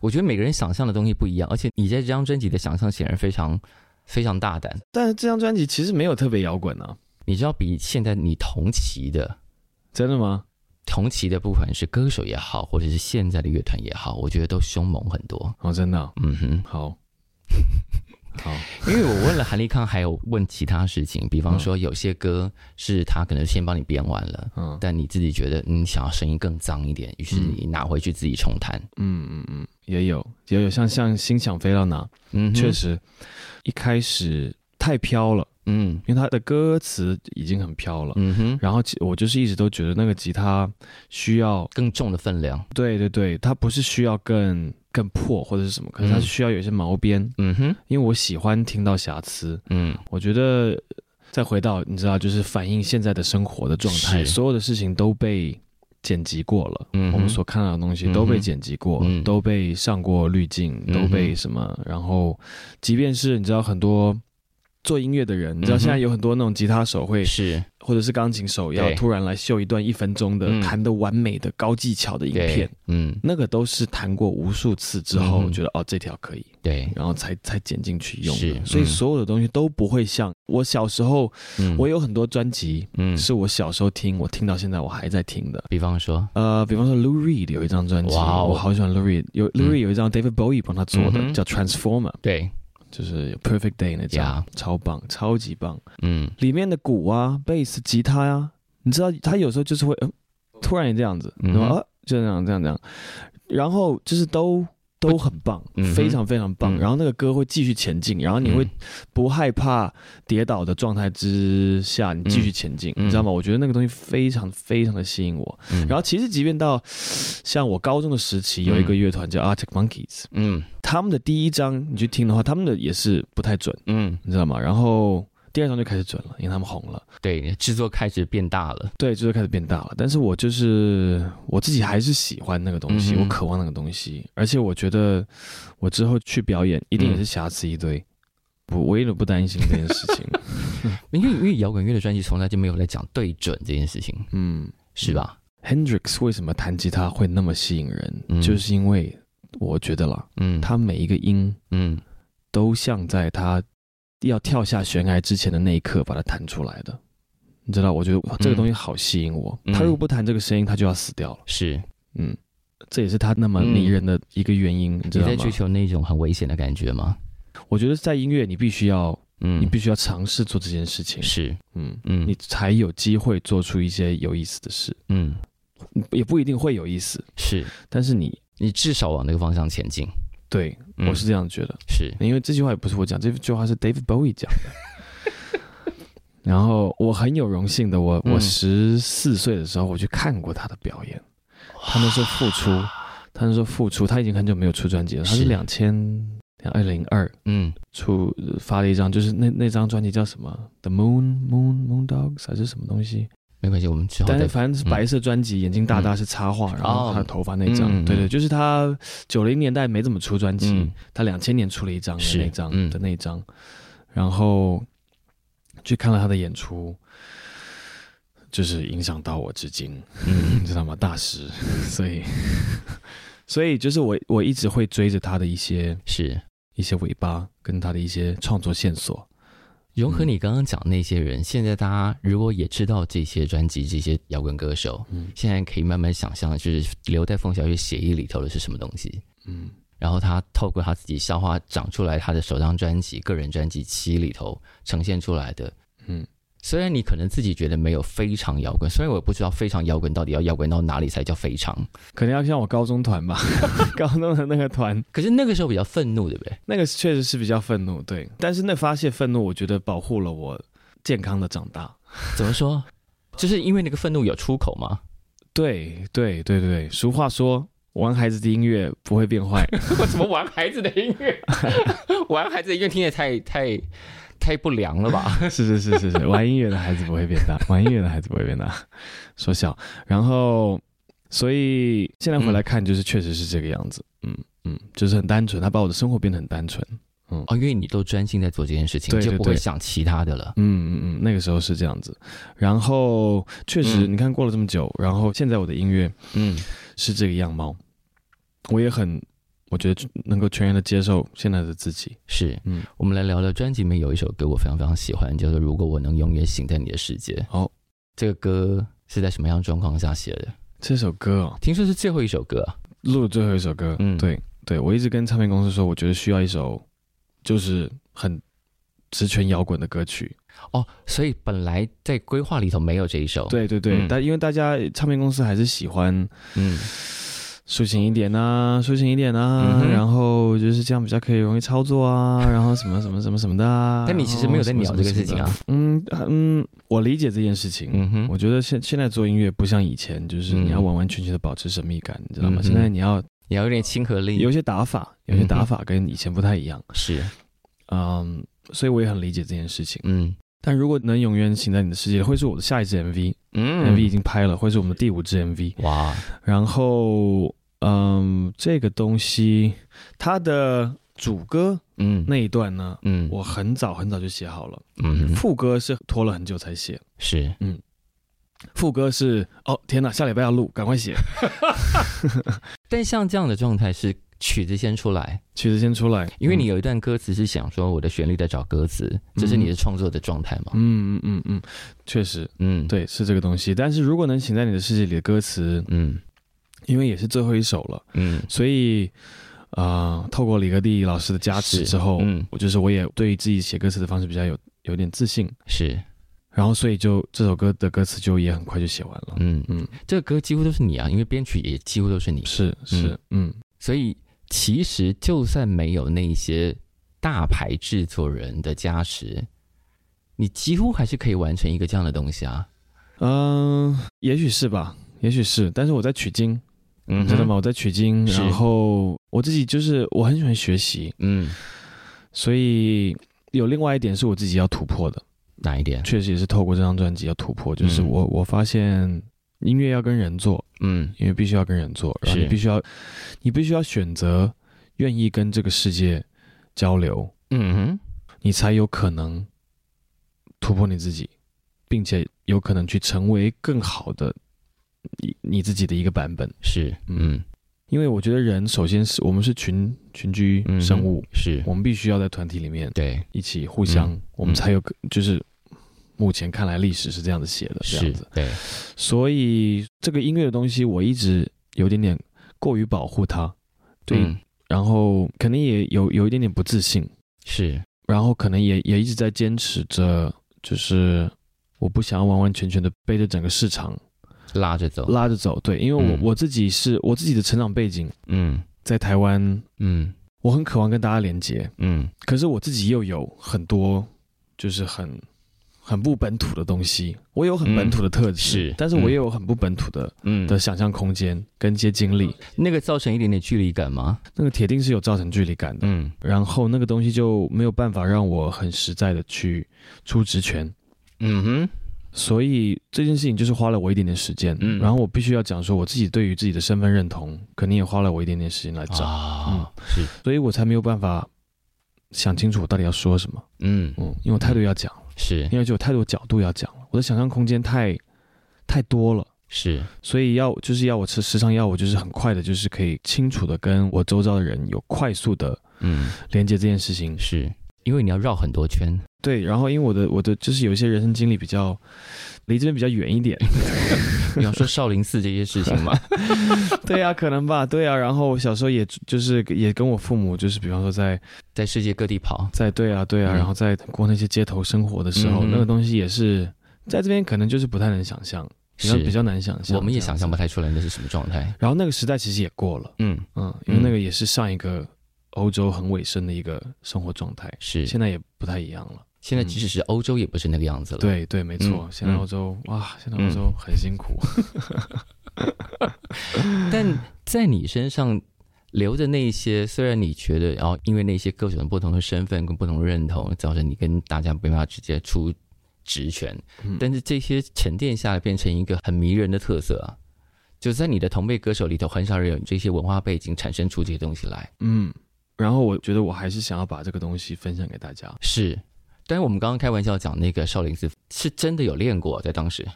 A: 我觉得每个人想象的东西不一样，而且你在这张专辑的想象显然非常非常大胆。
B: 但是这张专辑其实没有特别摇滚啊，
A: 你知道，比现在你同期的
B: 真的吗？
A: 同期的，不管是歌手也好，或者是现在的乐团也好，我觉得都凶猛很多。
B: 哦，真的啊、
A: 嗯哼，
B: 好，好，
A: 因为我问了韩立康，还有问其他事情，比方说有些歌是他可能先帮你编完了，
B: 嗯
A: 但你自己觉得你想要声音更脏一点，于是
B: 嗯
A: 你拿回去自己重弹。
B: 嗯嗯嗯，也有也有，像像心想飞到哪，
A: 嗯哼，
B: 确实一开始太飘了，
A: 嗯，
B: 因为他的歌词已经很飘了。
A: 嗯哼，
B: 然后其我就是一直都觉得那个吉他需要，
A: 更重的分量。
B: 对对对，它不是需要更更破或者是什么，可是它
A: 嗯
B: 是需要有一些毛边，
A: 嗯哼，
B: 因为我喜欢听到瑕疵。
A: 嗯，
B: 我觉得再回到你知道，就是反映现在的生活的状态，
A: 是
B: 所有的事情都被剪辑过了，
A: 嗯哼
B: 我们所看到的东西都被剪辑过，
A: 嗯哼嗯
B: 都被上过滤镜，
A: 嗯哼
B: 都被什么？然后，即便是你知道很多。做音乐的人，你知
A: 嗯
B: 道
A: 哼
B: 现在有很多那种吉他手会，
A: 是，
B: 或者是钢琴手要
A: 对
B: 突然来秀一段一分钟的
A: 嗯
B: 弹的完美的高技巧的影
A: 对
B: 片，，
A: 嗯，
B: 那个都是弹过无数次之后，
A: 嗯哼
B: 觉得哦这条可以，
A: 对，
B: 然后才才剪进去用
A: 是
B: 的
A: 嗯
B: 所以所有的东西都不会像我小时候，
A: 嗯，
B: 我有很多专辑
A: 嗯，
B: 是我小时候听，我听到现在我还在听的。
A: 比方说，
B: 呃，比方说 Lou Reed 有一张专辑，
A: 哇哦
B: 我好喜欢 Lou Reed，有 Lou
A: 嗯
B: Reed 有一张 David Bowie 帮他做
A: 嗯哼
B: 的，叫 Transformer，
A: 对，
B: 就是有 Perfect Day 那张
A: 呀，
B: 超棒，超级棒。
A: 嗯，
B: 里面的鼓啊、贝斯、吉他呀、你知道他有时候就是会，嗯，突然也这样子，
A: 嗯
B: 然后、啊、就这样这样这样，然后就是都都很棒，
A: 嗯哼
B: 非常非常棒、
A: 嗯
B: 然后那个歌会继续前进，然后你会
A: 嗯
B: 不害怕跌倒的状态之下，你继续前进、
A: 嗯
B: 你知道吗？我觉得那个东西非常非常的吸引我。
A: 嗯
B: 然后其实即便到像我高中的时期，有一个乐团叫 Arctic Monkeys，、
A: 嗯
B: 他们的第一张你去听的话，他们的也是不太准，
A: 嗯，
B: 你知道吗？然后第二张就开始准了，因为他们红了。
A: 对，制作开始变大了，
B: 对，就是开始变大了。但是我就是我自己还是喜欢那个东西，
A: 嗯哼
B: 我渴望那个东西，而且我觉得我之后去表演一定也
A: 嗯
B: 是瑕疵一堆，不，我一点都不担心这件事 情。
A: 因为因为摇滚乐的专辑从来就没有来讲对准这件事情，
B: 嗯
A: 是吧？
B: ，Hendrix 为什么弹吉他会那么吸引人？
A: 嗯
B: 就是因为我觉得啦，
A: 嗯，
B: 他每一个音
A: 嗯，
B: 都像在他要跳下悬崖之前的那一刻把它弹出来的。你知道，我觉得哇这
A: 嗯
B: 个东西好吸引我。
A: 嗯
B: 他如果不弹这个声音，他就要死掉了。
A: 是
B: 嗯，这也是他那么迷人的一个原因，你知
A: 嗯你
B: 道
A: 在
B: 吗
A: 追？求那种很危险的感觉吗？
B: 我觉得在音乐，你必须要，
A: 嗯，
B: 你必须要尝试做这件事情，
A: 是，
B: 嗯，
A: 嗯，
B: 你才有机会做出一些有意思的事，
A: 嗯
B: 也不一定会有意思，
A: 是，
B: 但是你
A: 你至少往那个方向前进，
B: 对
A: 嗯
B: 我是这样觉得，
A: 是
B: 因为这句话也不是我讲，这句话是 David Bowie 讲的。然后我很有荣幸的，我我
A: 嗯
B: 十四岁的时候我去看过他的表演，他那时候复出，他那时候复出，他已经很久没有出专辑了，他是
A: 是
B: 两千二零二
A: 嗯
B: 出呃发了一张，就是那那张专辑叫什么？The Moon Moon Moon Dogs 还是什么东西？
A: 没关系，我们之后
B: 但
A: 再
B: 是反正是白色专辑，眼睛大大是插画，然后他的头发那
A: 嗯
B: 张，
A: 哦嗯嗯嗯
B: 对对，就是他九零年代没怎么出专辑，
A: 嗯
B: 他两千年出了一张的
A: 是
B: 那张、
A: 嗯
B: 的那张，然后去看了他的演出，就是影响到我至今，
A: 嗯
B: 你知道吗？大师，所以所以就是我我一直会追着他的一些
A: 是
B: 一些尾巴，跟他的一些创作线索，
A: 融
B: 嗯
A: 合你刚刚讲那些人，现在大家如果也知道这些专辑、这些摇滚歌手，
B: 嗯
A: 现在可以慢慢想象，就是留在凤小岳血液里头的是什么东西。
B: 嗯
A: 然后他透过他自己消化长出来他的首张专辑、个人专辑七里头呈现出来的。
B: 嗯，
A: 虽然你可能自己觉得没有非常摇滚，虽然我也不知道非常摇滚到底要摇滚到哪里才叫非常，
B: 可能要像我高中团吧， 高中的那个团。
A: 可是那个时候比较愤怒，对不对？
B: 那个确实是比较愤怒，对，但是那发泄愤怒，我觉得保护了我健康的长大。
A: 怎么说？就是因为那个愤怒有出口吗？
B: 对对对对，俗话说，玩孩子的音乐不会变坏。
A: 我怎么玩孩子的音乐？ 玩孩子的音乐听得太太太不良了吧？
B: 是是是是是，玩音乐的孩子不会变大，玩音乐的孩子不会变大，缩小。然后，所以现在回来看，就是确实是这个样子。嗯嗯，就是很单纯，他把我的生活变得很单纯。
A: 哦，因为你都专心在做这件事情，
B: 对
A: 就不会
B: 对对
A: 想其他的了。
B: 嗯嗯嗯，那个时候是这样子。然后确实，
A: 嗯
B: 你看过了这么久，然后现在我的音乐
A: 嗯，
B: 是这个样貌，我也很，我觉得能够全然的接受现在的自己。
A: 是，
B: 嗯
A: 我们来聊聊专辑里面有一首歌我非常非常喜欢，叫做《如果我能永远醒在你的世界》。
B: 哦，
A: 这个歌是在什么样的状况下写的？
B: 这首歌哦，
A: 听说是最后一首歌啊。
B: 录了最后一首歌，
A: 嗯
B: 对对，我一直跟唱片公司说，我觉得需要一首就是很直拳摇滚的歌曲。
A: 哦，所以本来在规划里头没有这一首。，
B: 对对对，
A: 嗯
B: 但因为大家唱片公司还是喜欢
A: 嗯，
B: 抒情一点啊，抒情一点啊，
A: 嗯哼
B: 然后就是这样比较可以容易操作啊，然后什么什么什么什么的啊。
A: 但你其实没有在
B: 然后
A: 鸟
B: 什
A: 这
B: 么
A: 个
B: 什么
A: 事情
B: 什么的
A: 啊。
B: 嗯嗯，我理解这件事情，
A: 嗯哼，
B: 我觉得现现在做音乐不像以前，就是
A: 嗯
B: 你要完完全全的保持神秘感，你知道
A: 嗯
B: 吗？
A: 哼
B: 现在你要
A: 也要有点亲和力。
B: 有一些打法，有一些打法跟以前不太一样，
A: 是，
B: 嗯，所以我也很理解这件事情。
A: 嗯
B: 但如果能永远醒在你的世界，会是我的下一支 MV，MV、
A: 嗯
B: 已经拍了，会是我们的第五支 MV。
A: 哇，
B: 然后，嗯，这个东西它的主歌
A: 嗯
B: 那一段呢，
A: 嗯
B: 我很早很早就写好了，
A: 嗯
B: 副歌是拖了很久才写，
A: 是
B: 副歌是哦天哪，下礼拜要录，赶快写，
A: 但像这样的状态是曲子先出来，
B: 曲子先出来，
A: 因为
B: 嗯
A: 你有一段歌词是想说我的旋律在找歌词，这是你的创作的状态嘛？
B: 嗯嗯嗯嗯，确实，
A: 嗯，，
B: 对，是这个东西。但是如果能醒在你的世界里的歌词，
A: 嗯
B: 因为也是最后一首了，
A: 嗯，
B: 所以啊、呃透过李格弟老师的加持
A: 是
B: 之后，
A: 嗯
B: 我就是我也对自己写歌词的方式比较有有点自信，
A: 是，
B: 然后所以就这首歌的歌词就也很快就写完了。
A: 嗯嗯
B: 嗯，
A: 这个歌几乎都是你啊，因为编曲也几乎都是你，
B: 是是，嗯
A: 所以其实就算没有那一些大牌制作人的加持，你几乎还是可以完成一个这样的东西啊。
B: 嗯、也许是吧，也许是。但是我在取经，
A: 嗯
B: 你知道吗？？我在取经，
A: 是
B: 然后我自己就是我很喜欢学习，
A: 嗯，
B: 所以有另外一点是我自己要突破的。
A: 哪一点？
B: 确实也是透过这张专辑要突破，就是
A: 嗯
B: 我、我发现音乐要跟人做，
A: 嗯
B: 因为必须要跟人做，然后
A: 是
B: 你必须要你必须要选择愿意跟这个世界交流，
A: 嗯哼，
B: 你才有可能突破你自己，并且有可能去成为更好的你你自己的一个版本。
A: 是，嗯
B: 因为我觉得人首先是我们是群群居
A: 嗯哼
B: 生物，
A: 是，
B: 我们必须要在团体里面
A: 对，
B: 一起互相，
A: 嗯
B: 我们才有可就是。目前看来，历史是这样子写的，这
A: 是
B: 样子，，
A: 对，
B: 所以这个音乐的东西，我一直有点点过于保护它，对，
A: 嗯
B: 然后可能也有有一点点不自信，
A: 是，
B: 然后可能也也一直在坚持着，就是我不想要完完全全的背着整个市场
A: 拉着走，
B: 拉着走，对，因为我、
A: 嗯
B: 我自己是我自己的成长背景
A: 嗯
B: 在台湾，
A: 嗯
B: 我很渴望跟大家连接，
A: 嗯，
B: 可是我自己又有很多就是很很不本土的东西，我有很本土的特质，
A: 嗯是
B: 但是我也有很不本土的、
A: 嗯，
B: 的想象空间跟一些经历，
A: 那个造成一点点距离感吗？
B: 那个铁定是有造成距离感的。
A: 嗯，
B: 然后那个东西就没有办法让我很实在的去出职权，
A: 嗯哼，
B: 所以这件事情就是花了我一点点时间。
A: 嗯
B: 然后我必须要讲说，我自己对于自己的身份认同，肯定也花了我一点点时间来找，
A: 啊，是，
B: 所以我才没有办法想清楚我到底要说什么。
A: 嗯，
B: 嗯，因为我太多要讲了，
A: 是
B: 因为就有太多角度要讲了，我的想象空间太太多了。
A: 是，
B: 所以要就是要我吃，时常要我就是很快的，就是可以清楚的跟我周遭的人有快速的
A: 嗯，
B: 连接这件事情。
A: 是因为你要绕很多 圈，
B: 对，然后因为我的我的就是有一些人生经历比较 离这边比较远一点，
A: 比方说少林寺这些事情嘛，
B: 对啊，可能吧，对啊。然后我小时候也就是也跟我父母就是，比方说在
A: 在世界各地跑，
B: 在对啊对啊，
A: 嗯
B: 然后在过那些街头生活的时候，
A: 嗯
B: 那个东西也是在这边可能就是不太能想象，比较
A: 是
B: 比较难想象，
A: 我们也想象不。太出来那是什么状态。
B: 然后那个时代其实也过了，
A: 嗯，
B: 嗯，因为
A: 嗯
B: 那个也是上一个欧洲很尾声的一个生活状态。
A: 是
B: 现在嗯也不太一样了。
A: 现在即使是欧洲也不是那个样子了。，
B: 对对，没错，
A: 嗯
B: 现在
A: 嗯
B: 欧洲、哇，现在
A: 嗯
B: 欧洲很辛苦。
A: 但在你身上留的那些，虽然你觉得，然后因为那些各种不同的身份跟不同的认同，造成你跟大家没办法直接出职权，
B: 嗯
A: 但是这些沉淀下来变成一个很迷人的特色啊。就在你的同辈歌手里头，很少人有这些文化背景产生出这些东西来。
B: 嗯，然后我觉得我还是想要把这个东西分享给大家。
A: 是，但是我们刚刚开玩笑讲那个少林寺是真的有练过，在当时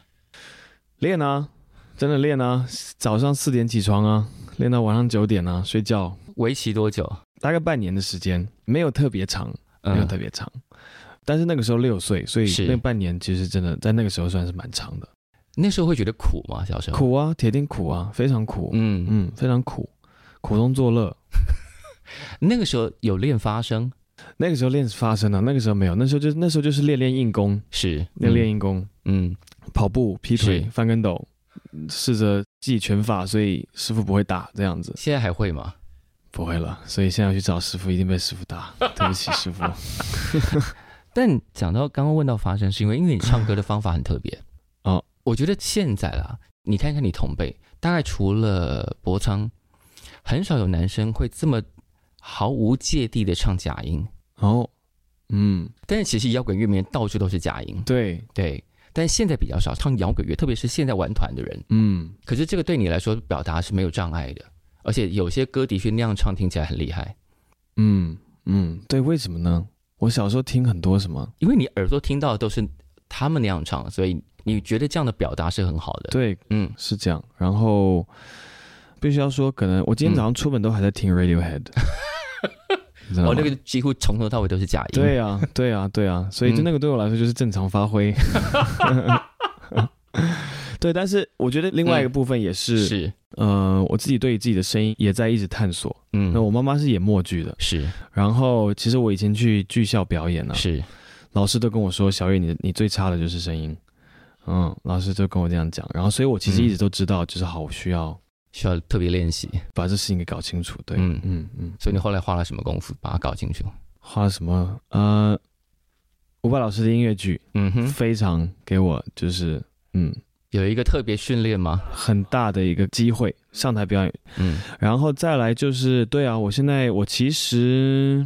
B: 练啊，真的练啊，早上四点起床啊，练到晚上九点啊，睡觉，
A: 为期多久？
B: 大概半年的时间，没有特别长，没有
A: 嗯
B: 特别长。但是那个时候六岁，所以
A: 是
B: 那半年其实真的在那个时候算是蛮长的，
A: 那时候会觉得苦吗？小时候，
B: 苦啊，铁定苦啊，非常苦，
A: 嗯嗯，
B: 嗯，非常苦，苦中作乐。
A: 那个时候有练发声，
B: 那个时候练发声啊，那个时候没有，那时候就那时候就是练练硬功，
A: 是
B: 练练
A: 嗯
B: 硬功，
A: 嗯，
B: 跑步、劈腿
A: 是、
B: 翻跟斗，试着记拳法，所以师傅不会打这样子，
A: 现在还会吗？
B: 不会了，所以现在去找师傅一定被师傅打，对不起师傅。
A: 但讲到刚刚问到发声，是因为因为你唱歌的方法很特 别
B: 哦。
A: 我觉得现在啦，你看看你同辈，大概除了博昌，很少有男生会这么毫无芥蒂的唱假音。
B: 哦，嗯，
A: 但是其实摇滚乐里面到处都是假音，
B: 对，
A: 对。但现在比较少唱摇滚乐，特别是现在玩团的人。
B: 嗯，
A: 可是这个对你来说表达是没有障碍的，而且有些歌的确那样唱听起来很厉害，
B: 嗯，嗯，对，为什么呢？我小时候听很多什么，
A: 因为你耳朵听到的都是他们那样唱，所以你觉得这样的表达是很好的。，
B: 对，
A: 嗯，
B: 是这样。然后必须要说，可能我
A: 嗯
B: 今天早上出门都还在听 Radiohead，、你知道吗
A: 哦，那个几乎从头到尾都是假音。
B: 对啊，对啊，对啊，所以就
A: 嗯
B: 那个对我来说就是正常发挥。 对，但是我觉得另外一个部分也是，
A: 是，
B: 呃，我自己对自己的声音也在一直探索。
A: 嗯，
B: 那我妈妈是演默剧的，
A: 是
B: 然后其实我以前去剧校表演呢、啊，
A: 是
B: 老师都跟我说，小雨你你最差的就是声音，嗯，老师就跟我这样讲，然后所以我其实一直都知道，就是好，我需要
A: 需要特别练习，
B: 把这事情给搞清楚。对，
A: 嗯
B: 嗯嗯，
A: 所以你后来花了什么功夫把它搞清楚？
B: 花了什么？呃，伍佰老师的音乐剧，
A: 嗯哼，
B: 非常给我就是嗯
A: 有一个特别训练吗？
B: 很大的一个机会上台表演，
A: 嗯
B: 然后再来就是对啊，我现在我其实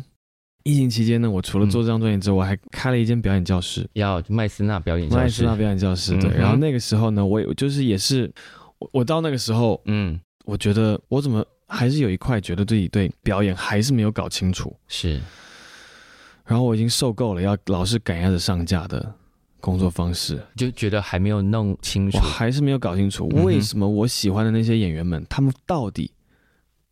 B: 疫情期间呢，我除了做这张专辑之外，我还开了一间表演教室，
A: 要麦斯纳表演教
B: 麦斯
A: 室
B: 纳，表演教室，对，
A: 嗯哼
B: 嗯然后那个时候呢，我也就是也是我我到那个时候，
A: 嗯，
B: 我觉得我怎么还是有一块觉得自己对表演还是没有搞清楚，
A: 是
B: 然后我已经受够了要老是赶鸭子上架的工作方式，
A: 就觉得还没有弄清楚
B: 我，还是没有搞清楚
A: 嗯哼
B: 为什么我喜欢的那些演员们，他们到底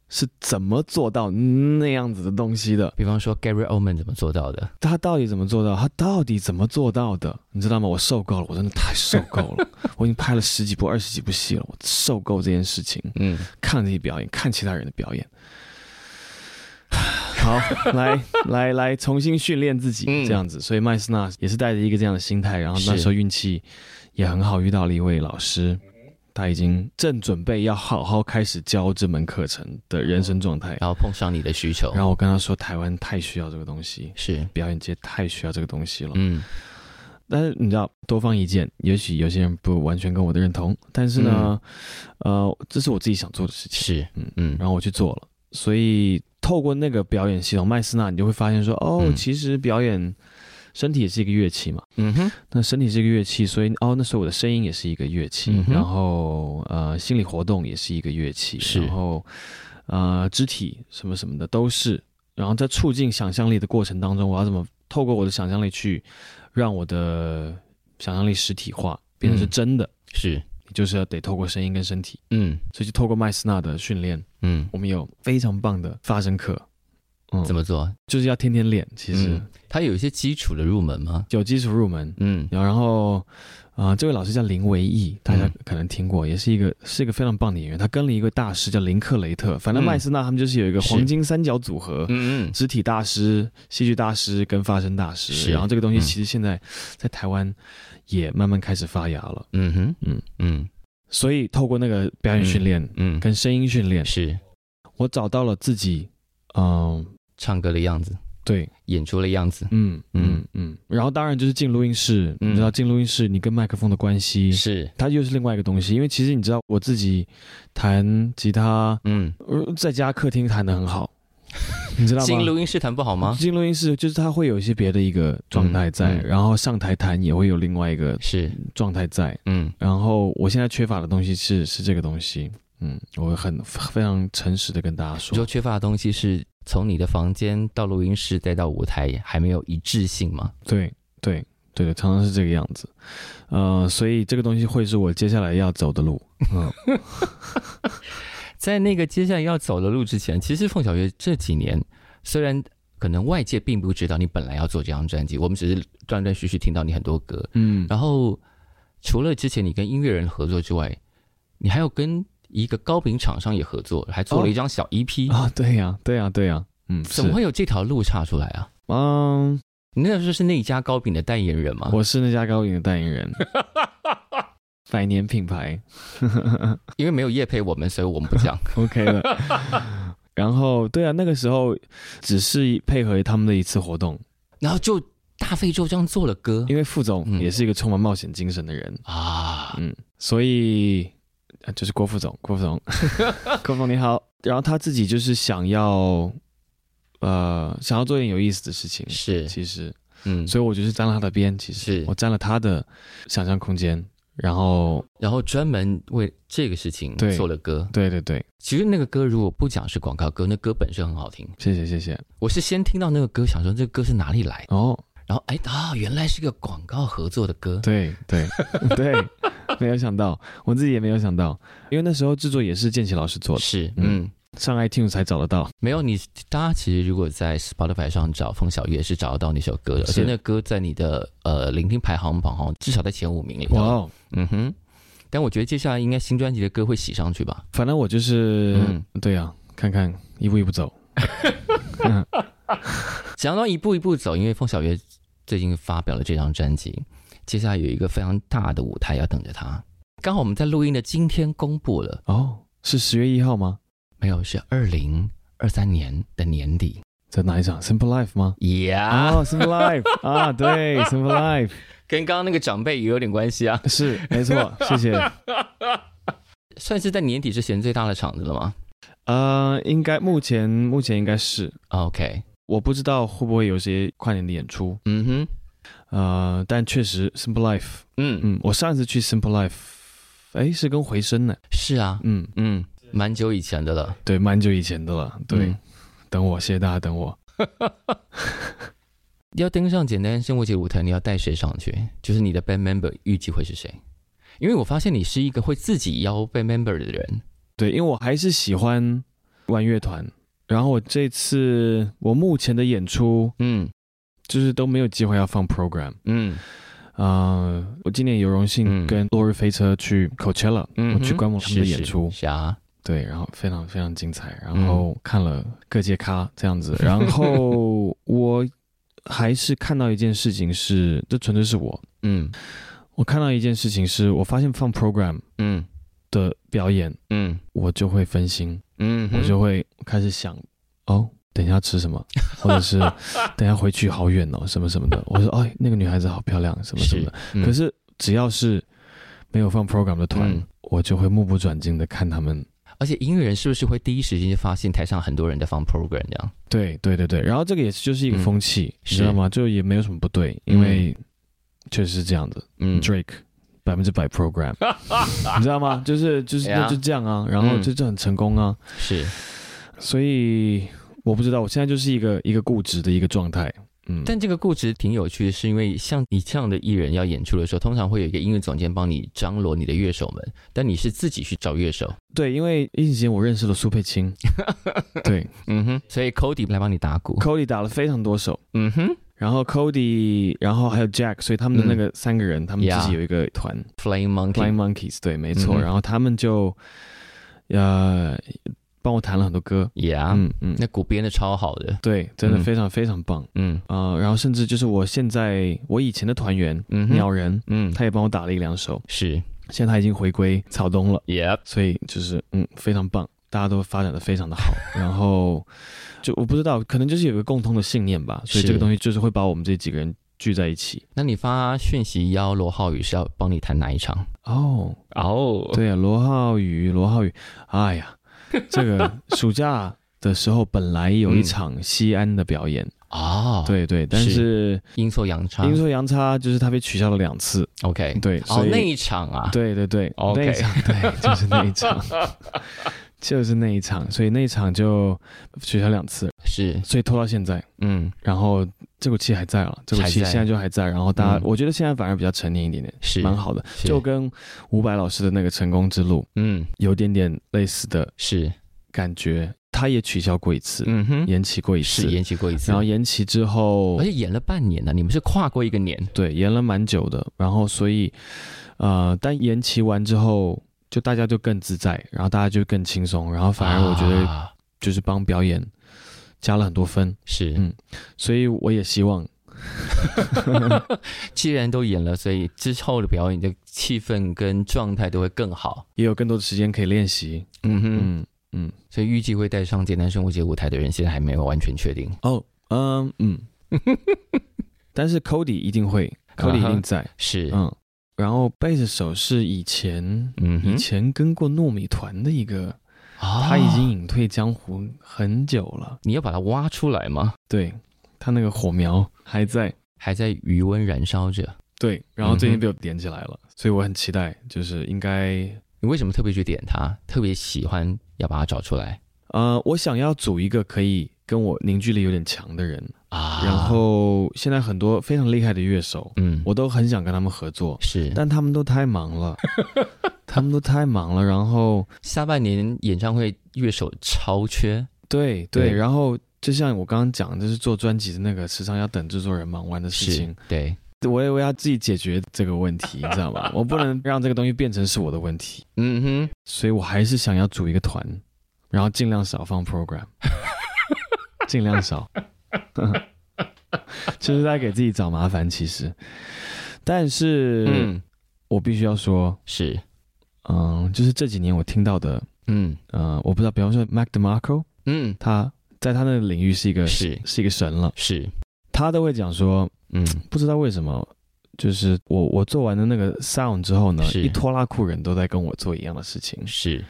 B: 是怎么做到那样子的东西的？
A: 比方说 Gary Oldman 怎么做到的？
B: 他到底怎么做到？他到底怎么做到的？你知道吗？我受够了，我真的太受 够了。我已经拍了十几部、二十几部戏了，我受够这件事情。
A: 嗯，
B: 看自己表演，看其他人的表演。 好，来 来来，重新训练自己，
A: 嗯
B: 这样子。所以麦斯纳也是带着一个这样的心态，然后那
A: 是
B: 时候运气也很好，遇到了一位老师，他已经正准备要好好开始教这门课程的人生状态。
A: 然后碰上你的需求，
B: 然后我跟他说，台湾太需要这个东西，
A: 是，
B: 表演界太需要这个东西了。
A: 嗯
B: 但是你知道，多方意见，也许有些人不完全跟我的认同，但是呢，
A: 嗯
B: 呃，这是我自己想做的事情，
A: 是，
B: 嗯
A: 嗯，
B: 然后我去做了。所以透过那个表演系统，麦斯纳，你就会发现说，哦，
A: 嗯
B: 其实表演身体也是一个乐器嘛，
A: 嗯哼，
B: 那身体是一个乐器，所以哦，那时候我的声音也是一个乐器，
A: 嗯哼
B: 然后呃，心理活动也是一个乐器，
A: 是
B: 然后呃，肢体什么什么的都是。然后在促进想象力的过程当中，我要怎么透过我的想象力去让我的想象力实体化，变成是
A: 嗯
B: 真的？
A: 是，
B: 你就是要得透过声音跟身体，
A: 嗯
B: 所以就透过麦斯纳的训练，
A: 嗯，
B: 我们有非常棒的发声课。嗯，
A: 怎
B: 么
A: 么做？
B: 就是要天天练？其实、
A: 嗯它有一些基础的入门吗？
B: 有基础入门，
A: 嗯
B: 然后，啊、这位老师叫林维义，大家
A: 嗯
B: 可能听过，也是一个是一个非常棒的演员。他跟了一个大师叫林克雷特，反正
A: 嗯
B: 麦斯纳他们就是有一个
A: 是
B: 黄金三角组合，
A: 嗯嗯，
B: 肢体大师、戏剧大师跟发声大师。
A: 是
B: 然后这个东西
A: 嗯
B: 其实现在在台湾也慢慢开始发芽了。
A: 嗯哼，
B: 嗯
A: 嗯嗯
B: 所以透过那个表演训练
A: 嗯，
B: 跟声音训练，
A: 是
B: 我找到了自己，嗯、
A: 唱歌的样子，
B: 对，
A: 演出的样子，
B: 嗯嗯
A: 嗯
B: 嗯。然后当然就是进录音室，
A: 嗯
B: 你知道进录音室你跟麦克风的关系
A: 是，
B: 它又是另外一个东西，因为其实你知道，我自己弹吉他，
A: 嗯，
B: 呃在家客厅弹的很 好，你知道吗？
A: 进录音室弹不好吗？
B: 进录音室就是它会有一些别的一个状态在，
A: 嗯嗯
B: 然后上台弹也会有另外一个
A: 是，
B: 状态在，
A: 嗯
B: 然后我现在缺乏的东西是是这个东西，嗯，我很非常诚实的跟大家
A: 你说
B: 说，
A: 缺乏的东西是从你的房间到录音室再到舞台，还没有一致性吗？
B: 对对对对，常常是这个样子，呃，所以这个东西会是我接下来要走的路，嗯，
A: 在那个接下来要走的路之前，其实凤小岳这几年虽然可能外界并不知道你本来要做这张专辑，我们只是断断续续听到你很多歌，
B: 嗯
A: 然后除了之前你跟音乐人合作之外，你还有跟一个高频厂商也合作，还做了一张小 E EP，、
B: 啊，对呀、对呀、对呀、嗯，
A: 怎么
B: 是
A: 会有这条路岔出来啊？
B: 嗯。
A: 你那时候是那家高频的代言人吗？
B: 我是那家高领的代言人，百年品牌
A: 因为没有业配我们，所以我们不讲。
B: ，OK 了。然后，对啊，那个时候只是配合他们的一次活动，
A: 然后就大费周章做了歌
B: 因为副总
A: 嗯
B: 也是一个充满冒险精神的人，
A: 啊，
B: 嗯，所以呃就是郭副总，郭 副总，郭副总你好。然后他自己就是想要，呃，想要做一点有意思的事情，
A: 是，
B: 其实，
A: 嗯，
B: 所以我就是沾了他的边，其实
A: 是
B: 我沾了他的想象空间，然后，
A: 然后专门为这个事情
B: 对
A: 做了歌。
B: 对对对，
A: 其实那个歌如果不讲是广告歌，那歌本身很好听。
B: 谢谢谢谢，
A: 我是先听到那个歌，想说这个歌是哪里来的，
B: 哦，
A: 然后哎啊，原来是个广告合作的歌。
B: 对对 对，没有想到，我自己也没有想到，因为那时候制作也是建奇老师做的，
A: 是，
B: 嗯
A: 嗯，
B: 上 iTunes 才找得到。
A: 没有你，大家其实如果在 Spotify 上找凤小岳是找得到那首歌的，而
B: 是
A: 且那歌在你的呃聆听排行榜哈，至少在前五名里头。
B: 哇哦，
A: 嗯哼，但我觉得接下来应该新专辑的歌会洗上去吧。
B: 反正我就是，
A: 嗯
B: 对呀、看看一步一步走。
A: 想要一步一步走，因为凤小岳最近发表了这张专辑，接下来有一个非常大的舞台要等着他。刚好我们在录音的今天公布了，
B: 哦，是十月一号吗？
A: 没有是二零二三年的年底
B: 在哪一场？Simple Life 吗？
A: 呀
B: 哦，Simple Life 啊，对，Simple Life
A: 跟刚刚那个长辈也有点关系啊，
B: 是没错，谢谢。
A: 算是在年底之前最大的场子了吗
B: 呃，应该目前目前应该是，
A: ？OK，
B: 我不知道会不会有一些跨年的演出，
A: 嗯哼，
B: 呃，但确实 Simple Life
A: 嗯嗯，
B: 嗯，我上一次去 Simple Life，哎，是跟回声呢。
A: 是啊，
B: 嗯，
A: 嗯，蛮久以前的了。
B: 对，蛮久以前的了。对，
A: 嗯
B: 等我，谢谢大家等我。
A: 要登上简单生活节舞台，你要带谁上去？就是你的 band member 预计会是谁？因为我发现你是一个会自己邀 band member 的人。
B: 对，因为我还是喜欢玩乐团，然后我这次我目前的演出
A: 嗯
B: 就是都没有机会要放 program。
A: 嗯
B: 呃，我今年有荣幸
A: 嗯
B: 跟落日飞车去 Coachella，、
A: 嗯
B: 我
A: 哼
B: 去观摩他们的演出，
A: 是是是啊，
B: 对，然后非常非常精彩，然
A: 嗯
B: 后看了各界咖 这样子，然后我还是看到一件事情是，这纯粹是我，
A: 嗯
B: 我看到一件事情是，我发现放 program
A: 嗯
B: 的表演，
A: 嗯
B: 我就会分心，
A: 嗯哼，
B: 我就会开始想，哦，等一下吃什么，或 者是等一下回去好远哦，什么什么的。我说哎，那个女孩子好漂亮，什么什么的。
A: 嗯
B: 可是只要是没有放 program 的团，
A: 嗯
B: 我就会目不转睛的看他们。
A: 而且音乐人是不是会第一时间就发现台上很多人在放 program 这样？
B: 对对对对，然后这个也是就是一嗯个
A: 嗯
B: 风气，你
A: 是
B: 知道吗？就也没有什么不对，因为确实是这样子。
A: 嗯
B: Drake 百分之百 program，你 知道吗？就是就是
A: 哎呀
B: 那就这样啊，然后
A: 嗯
B: 就就很成功啊，
A: 是
B: 所以我不知道，我现在就是一个一个固执的一个状态，嗯，
A: 但这个故事挺有趣的，是因为像你这样的艺人要演出的时候，通常会有一个音乐总监帮你张罗你的乐手们，但你是自己去找乐手，
B: 对，因为疫情期间我认识了苏佩 青，对
A: 嗯哼，所以 Cody 来帮你打鼓，
B: ，Cody 打了非常多首。
A: 嗯哼
B: 然后 Cody，然后还有 Jack，所以他们的
A: 嗯
B: 那个三个人，他们
A: Yeah
B: 自己有一个团、
A: ，Flying
B: f l y i
A: Monkey，
B: n g Monkeys，对，没
A: 嗯
B: 错。
A: 哼
B: 然后他们就呃帮我弹了很多歌，
A: ，Yeah，、
B: 嗯嗯，
A: 那鼓编的超好的，
B: 对，真的
A: 啊嗯
B: 非常非常棒。
A: 嗯
B: 呃，然后甚至就是我现在我以前的团员、
A: 嗯
B: 鸟
A: 哼，
B: 人，
A: 嗯，
B: 他也帮我打了一两首，
A: 是
B: 现在他已经回归草东了，
A: ，Yep，
B: 所以就是嗯非常棒，大家都发展的非常的 好，然后就我不知道，可能就是有个共通的信念吧，所以
A: 是
B: 这个东西就是会把我们这几个人聚在一起。
A: 那你发讯息邀罗浩宇是要帮你弹哪一场？
B: 哦，
A: 哦，
B: 对啊，罗浩宇，罗浩宇，哎呀，这个暑假的时候本来有一
A: 嗯
B: 场西安的表演，
A: 哦，，啊
B: 对对，但是
A: 阴错阳差
B: 阴错阳差，就是他被取消了两次，
A: ，OK，
B: 对，
A: 哦
B: 所，以
A: 那一场啊，
B: 对对对
A: OK
B: 那一 场对，就是那一场，就是那一场，所以那一场就取消两次，
A: 是，
B: 所以拖到现在。
A: 嗯，
B: 然后这股气还在了，这股气
A: 还在
B: 现在就还在。然后大家，
A: 嗯
B: 我觉得现在反而比较成年一点点，
A: 是，
B: 蛮，好的，
A: 是
B: 就跟伍佰老师的那个《成功之路》
A: 嗯，
B: 有点点类似的
A: 是，
B: 感觉。他也取消过一次，
A: 嗯哼，
B: 延期过一次
A: 是，延期哎过一次，
B: 然后延期之后
A: 而，且演了半年呢、你们是跨过一个年，
B: 对，延了蛮久的。然后所以，呃，但延期完之后，就大家就更自在，然后大家就更轻松，然后反而我觉得
A: 啊
B: 就是帮表演加了很多分，
A: 是，
B: 嗯所以我也希望，
A: 既然都演了，所以之后的表演的气氛跟状态都会更好。
B: 也有更多的时间可以练习。
A: 嗯哼，
B: 嗯，
A: 所以预计会带上简单生活节舞台的人，现在还没有完全确定。
B: 哦，嗯 嗯，但是 Cody 一定会，Cody
A: 啊
B: 一定在，
A: 是，
B: 嗯。然后贝斯手是以前
A: 嗯
B: 以
A: 哼，
B: 前跟过糯米团的一个，
A: 啊
B: 他已经隐退江湖很久了，
A: 你要把它挖出来吗？
B: 对他那个火苗还在。
A: 还在余温燃烧着。
B: 对，然后
A: 嗯
B: 最近
A: 哼
B: 被我点起来了，所以我很期待，就是应该
A: 你为什么特别去点它？特别喜欢要把它找出来
B: 呃，我想要组一个可以跟我凝聚力有点强的人，
A: 啊？
B: 然，后现在很多非常厉害的乐手，
A: 嗯，
B: 我都很想跟他们合作，
A: 是，
B: 但他们都太忙 了，他们都太忙了。然后，
A: 下半年演唱会乐手超缺，
B: 对对，
A: 对
B: 然后就像我刚刚讲，就是做专辑的那个，时常要等制作人忙完的事
A: 是
B: 情，，
A: 对，
B: 我也我要自己解决这个问题，你知道吗？我不能让这个东西变成是我的问题，
A: 嗯哼，
B: 所以我还是想要组一个团，然后尽量少放 program，尽量少， 就是在给自己找麻烦，其实。但是、
A: 嗯，
B: 我必须要说，
A: 是，
B: 嗯，就是这几年我听到的，
A: 嗯
B: 呃，我不知道，比方说 Mac DeMarco，
A: 嗯，
B: 他在他那个领域是一个
A: 是
B: 是一个神了，
A: 是，
B: 他都会讲说，
A: 嗯，
B: 不知道为什么，就是我我做完的那个 sound 之后呢，
A: 是
B: 一拖拉库人都在跟我做一样的事情，
A: 是，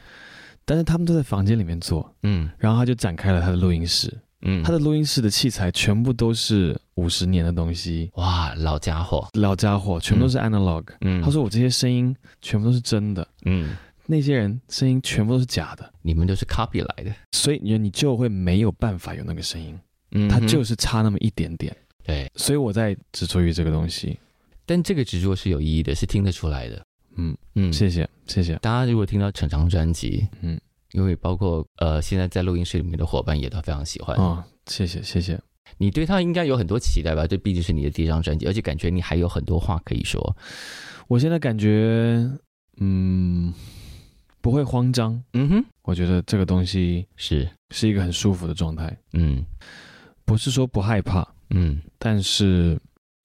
B: 但是他们都在房间里面做，
A: 嗯
B: 然后他就展开了他的录音室，
A: 嗯，
B: 他的录音室的器材全部都是五十年的东西，
A: 哇，老家伙，
B: 老家伙，全部都是 analog，、
A: 嗯，
B: 他，说我这些声音全部都是真的，
A: 嗯，
B: 那些人声音全部都是假的。
A: 你们都是 copy 来的，
B: 所以你你就会没有办法有那个声音，
A: 嗯
B: 它
A: 哼，
B: 就是差那么一点点。
A: 对，
B: 所以我在执着于这个东西。
A: 但这个执着是有意义的，是听得出来的，
B: 嗯，
A: 嗯，
B: 谢谢，谢谢。
A: 大家如果听到整张专辑，
B: 嗯，
A: 因为包括呃，现在在录音室里面的伙伴也都非常喜欢，
B: 哦，谢谢，谢谢。
A: 你对他应该有很多期待吧？这毕竟是你的第一张专辑，而且感觉你还有很多话可以说，
B: 我现在感觉，嗯，不会慌张。
A: 嗯哼，
B: 我觉得这个东西
A: 是，
B: 是一个很舒服的状态，
A: 嗯
B: 不是说不害怕，
A: 嗯
B: 但是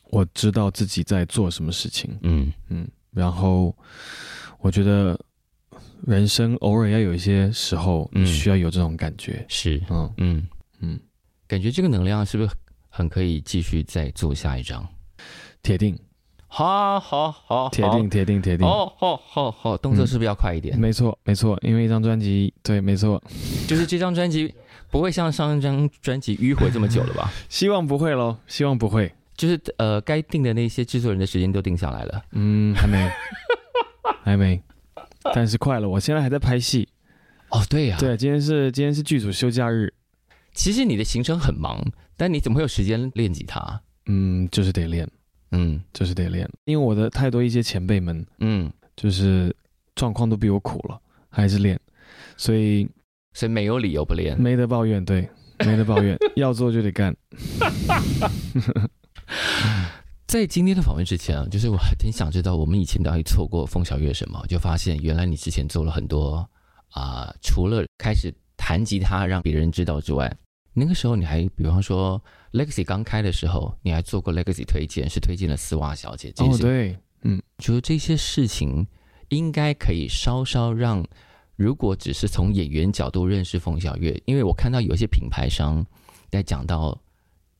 B: 我知道自己在做什么事情。
A: 嗯，
B: 嗯，然后我觉得人生偶尔要有一些时候
A: 嗯
B: 需要有这种感觉。
A: 是，
B: 嗯
A: 嗯。
B: 嗯
A: 感觉这个能量是不是很可以继续再做下一张？
B: 铁定，
A: 好好好，
B: 铁定，铁定，铁定。
A: 哦，好好好，动作是不是要快一点？
B: 没错，没错，因为一张专辑，对，没错，
A: 就是这张专辑不会像上一张专辑迂回这么久了 吧？
B: 希望不会喽，希望不会。
A: 就是呃，该定的那些制作人的时间都定下来了。
B: 嗯，还没，还没，但是快了，我现在还在拍戏。
A: 哦，对呀、
B: 对，今天是今天是剧组休假日，
A: 其实你的行程很忙，但你怎么会有时间练吉他？
B: 嗯，就是得练，
A: 嗯
B: 就是得练，因为我的太多一些前辈们
A: 嗯，
B: 就是状况都比我苦了，还是练，所以
A: 所以没有理由不练。
B: 没得抱怨，对，没得 抱怨，要做就得干。
A: 在今天的访问之前啊，就是我还挺想知道，我们以前到底错过风小月什么？就发现原来你之前做了很多啊、除了开始弹吉他让别人知道之外，那个时候你还比方说 Legacy 刚开的时候，你还做过 Legacy 推荐，是推荐了丝袜小姐这件
B: 哦，
A: 事情。
B: 对，嗯，
A: 觉得这些事情应该可以稍稍让，如果只是从演员角度认识冯小月，因为我看到有一些品牌商在讲到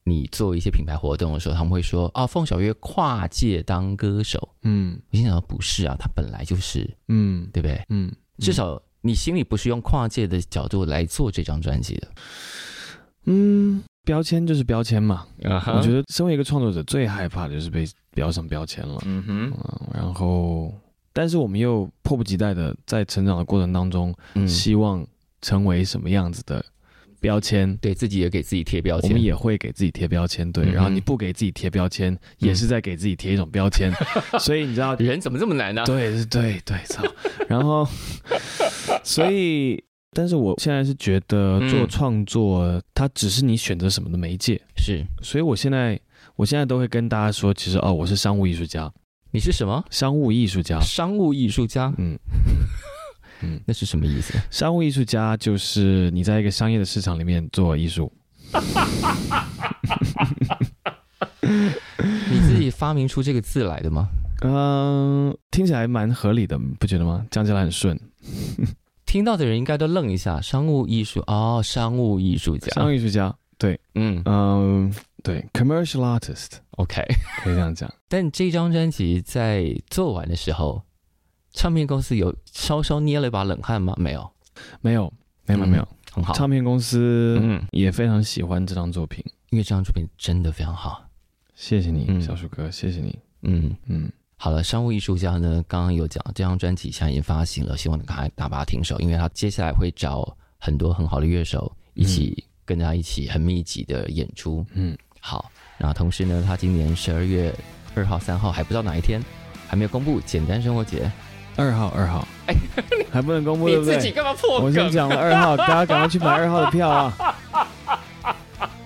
A: 你做一些品牌活动的时候，他们会说啊，冯小月跨界当歌手。
B: 嗯
A: 我心想，不是啊，他本来就是，
B: 嗯
A: 对不对？
B: 嗯，
A: 至少你心里不是用跨界的角度来做这张专辑的。
B: 嗯，标签就是标签嘛。
A: 啊
B: 我觉，得身为一个创作者，最害怕的就是被标上标签了。
A: 嗯哼，
B: 嗯，然后，但是我们又迫不及待的在成长的过程当中，
A: 嗯，
B: 希望成为什么样子的标签，
A: 对自己也给自己贴标
B: 我
A: 签，
B: 们也会给自己贴标签。对，
A: 嗯哼嗯
B: 然后你不给自己贴标签，也是在给自己贴一种 标签。所以你知道，
A: 人怎么这么难呢、
B: 对，是对对，操。然后， 所以，但是我现在是觉得做
A: 嗯
B: 创作，它只是你选择什么的媒介。
A: 是，
B: 所以我现在，我现在都会跟大家说，其实哦，我是商务艺术家，
A: 你是什么？
B: 商务艺术家。
A: 商务艺术家，
B: 嗯，
A: 那是什么意思？
B: 商务艺术家就是你在一个商业的市场里面做艺术。
A: 你自己发明出这个字来的吗？
B: 嗯、听起来蛮合理的，不觉得吗？讲起来很顺。
A: 听到的人应该都愣一下，商务艺术哦，商务艺术家，
B: 商务艺术家，
A: 嗯
B: 嗯、对，commercial artist
A: ，OK。
B: 可以这样讲。
A: 但这张专辑在做完的时候，唱片公司有稍稍捏了一把冷汗吗？没有，
B: 没有，没有，
A: 嗯
B: 没有。
A: 很好。
B: 唱片公司
A: 嗯，
B: 也非常喜欢这张作品，
A: 因为这张作品真的非常好。
B: 谢谢你，
A: 嗯
B: 小树哥，谢谢你。
A: 嗯，
B: 嗯，
A: 好了，商务艺术家呢，刚刚有讲这张专辑现在已经发行了，希望大家大把听手，因为他接下来会找很多很好的乐手一起、跟他一起很密集的演出。
B: 嗯，
A: 好，然后同时呢，他今年十二月二号、三号还不知道哪一天，还没有公布简单生活节，
B: 二号，二号，
A: 哎
B: 还不能公布，对
A: 你
B: 不
A: 自己
B: 对？
A: 干嘛破
B: 我先
A: 梗？啊
B: 讲了二号，大家赶快去买二号的票啊！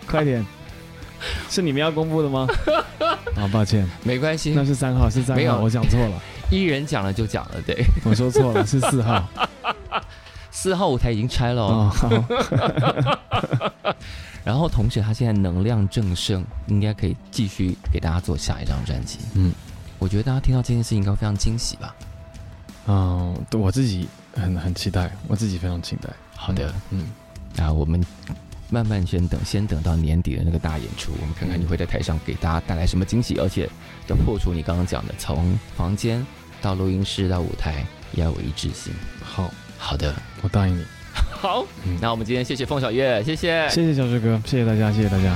B: 快点，是你们要公布的 吗？啊，抱歉，
A: 没关系
B: 那，是三号，是三
A: 没有
B: 号，我讲错了，
A: 一人讲了就讲了，对。
B: 我说错 了，是四号。
A: 四号舞台已经拆了、哦，
B: 哦， 好，
A: 然后同时他现在能量正盛，应该可以继续给大家做下一张专辑。
B: 嗯，
A: 我觉得大家听到这件事应该非常惊喜吧。
B: 嗯，对我自己很很期待，我自己非常期待。
A: 好的，
B: 嗯，
A: 那啊我们慢慢先等，先等到年底的那个大演出，我们看看你会在台上给大家带来什么惊喜，而且要破除你刚刚讲的，从房间到录音室到舞台，也要有一致性。
B: 嗯，好，
A: 好的，
B: 我答应你。
A: 好
B: 嗯
A: 那我们今天谢谢凤小月，谢谢。
B: 谢谢小树哥，谢谢大家，谢谢大家。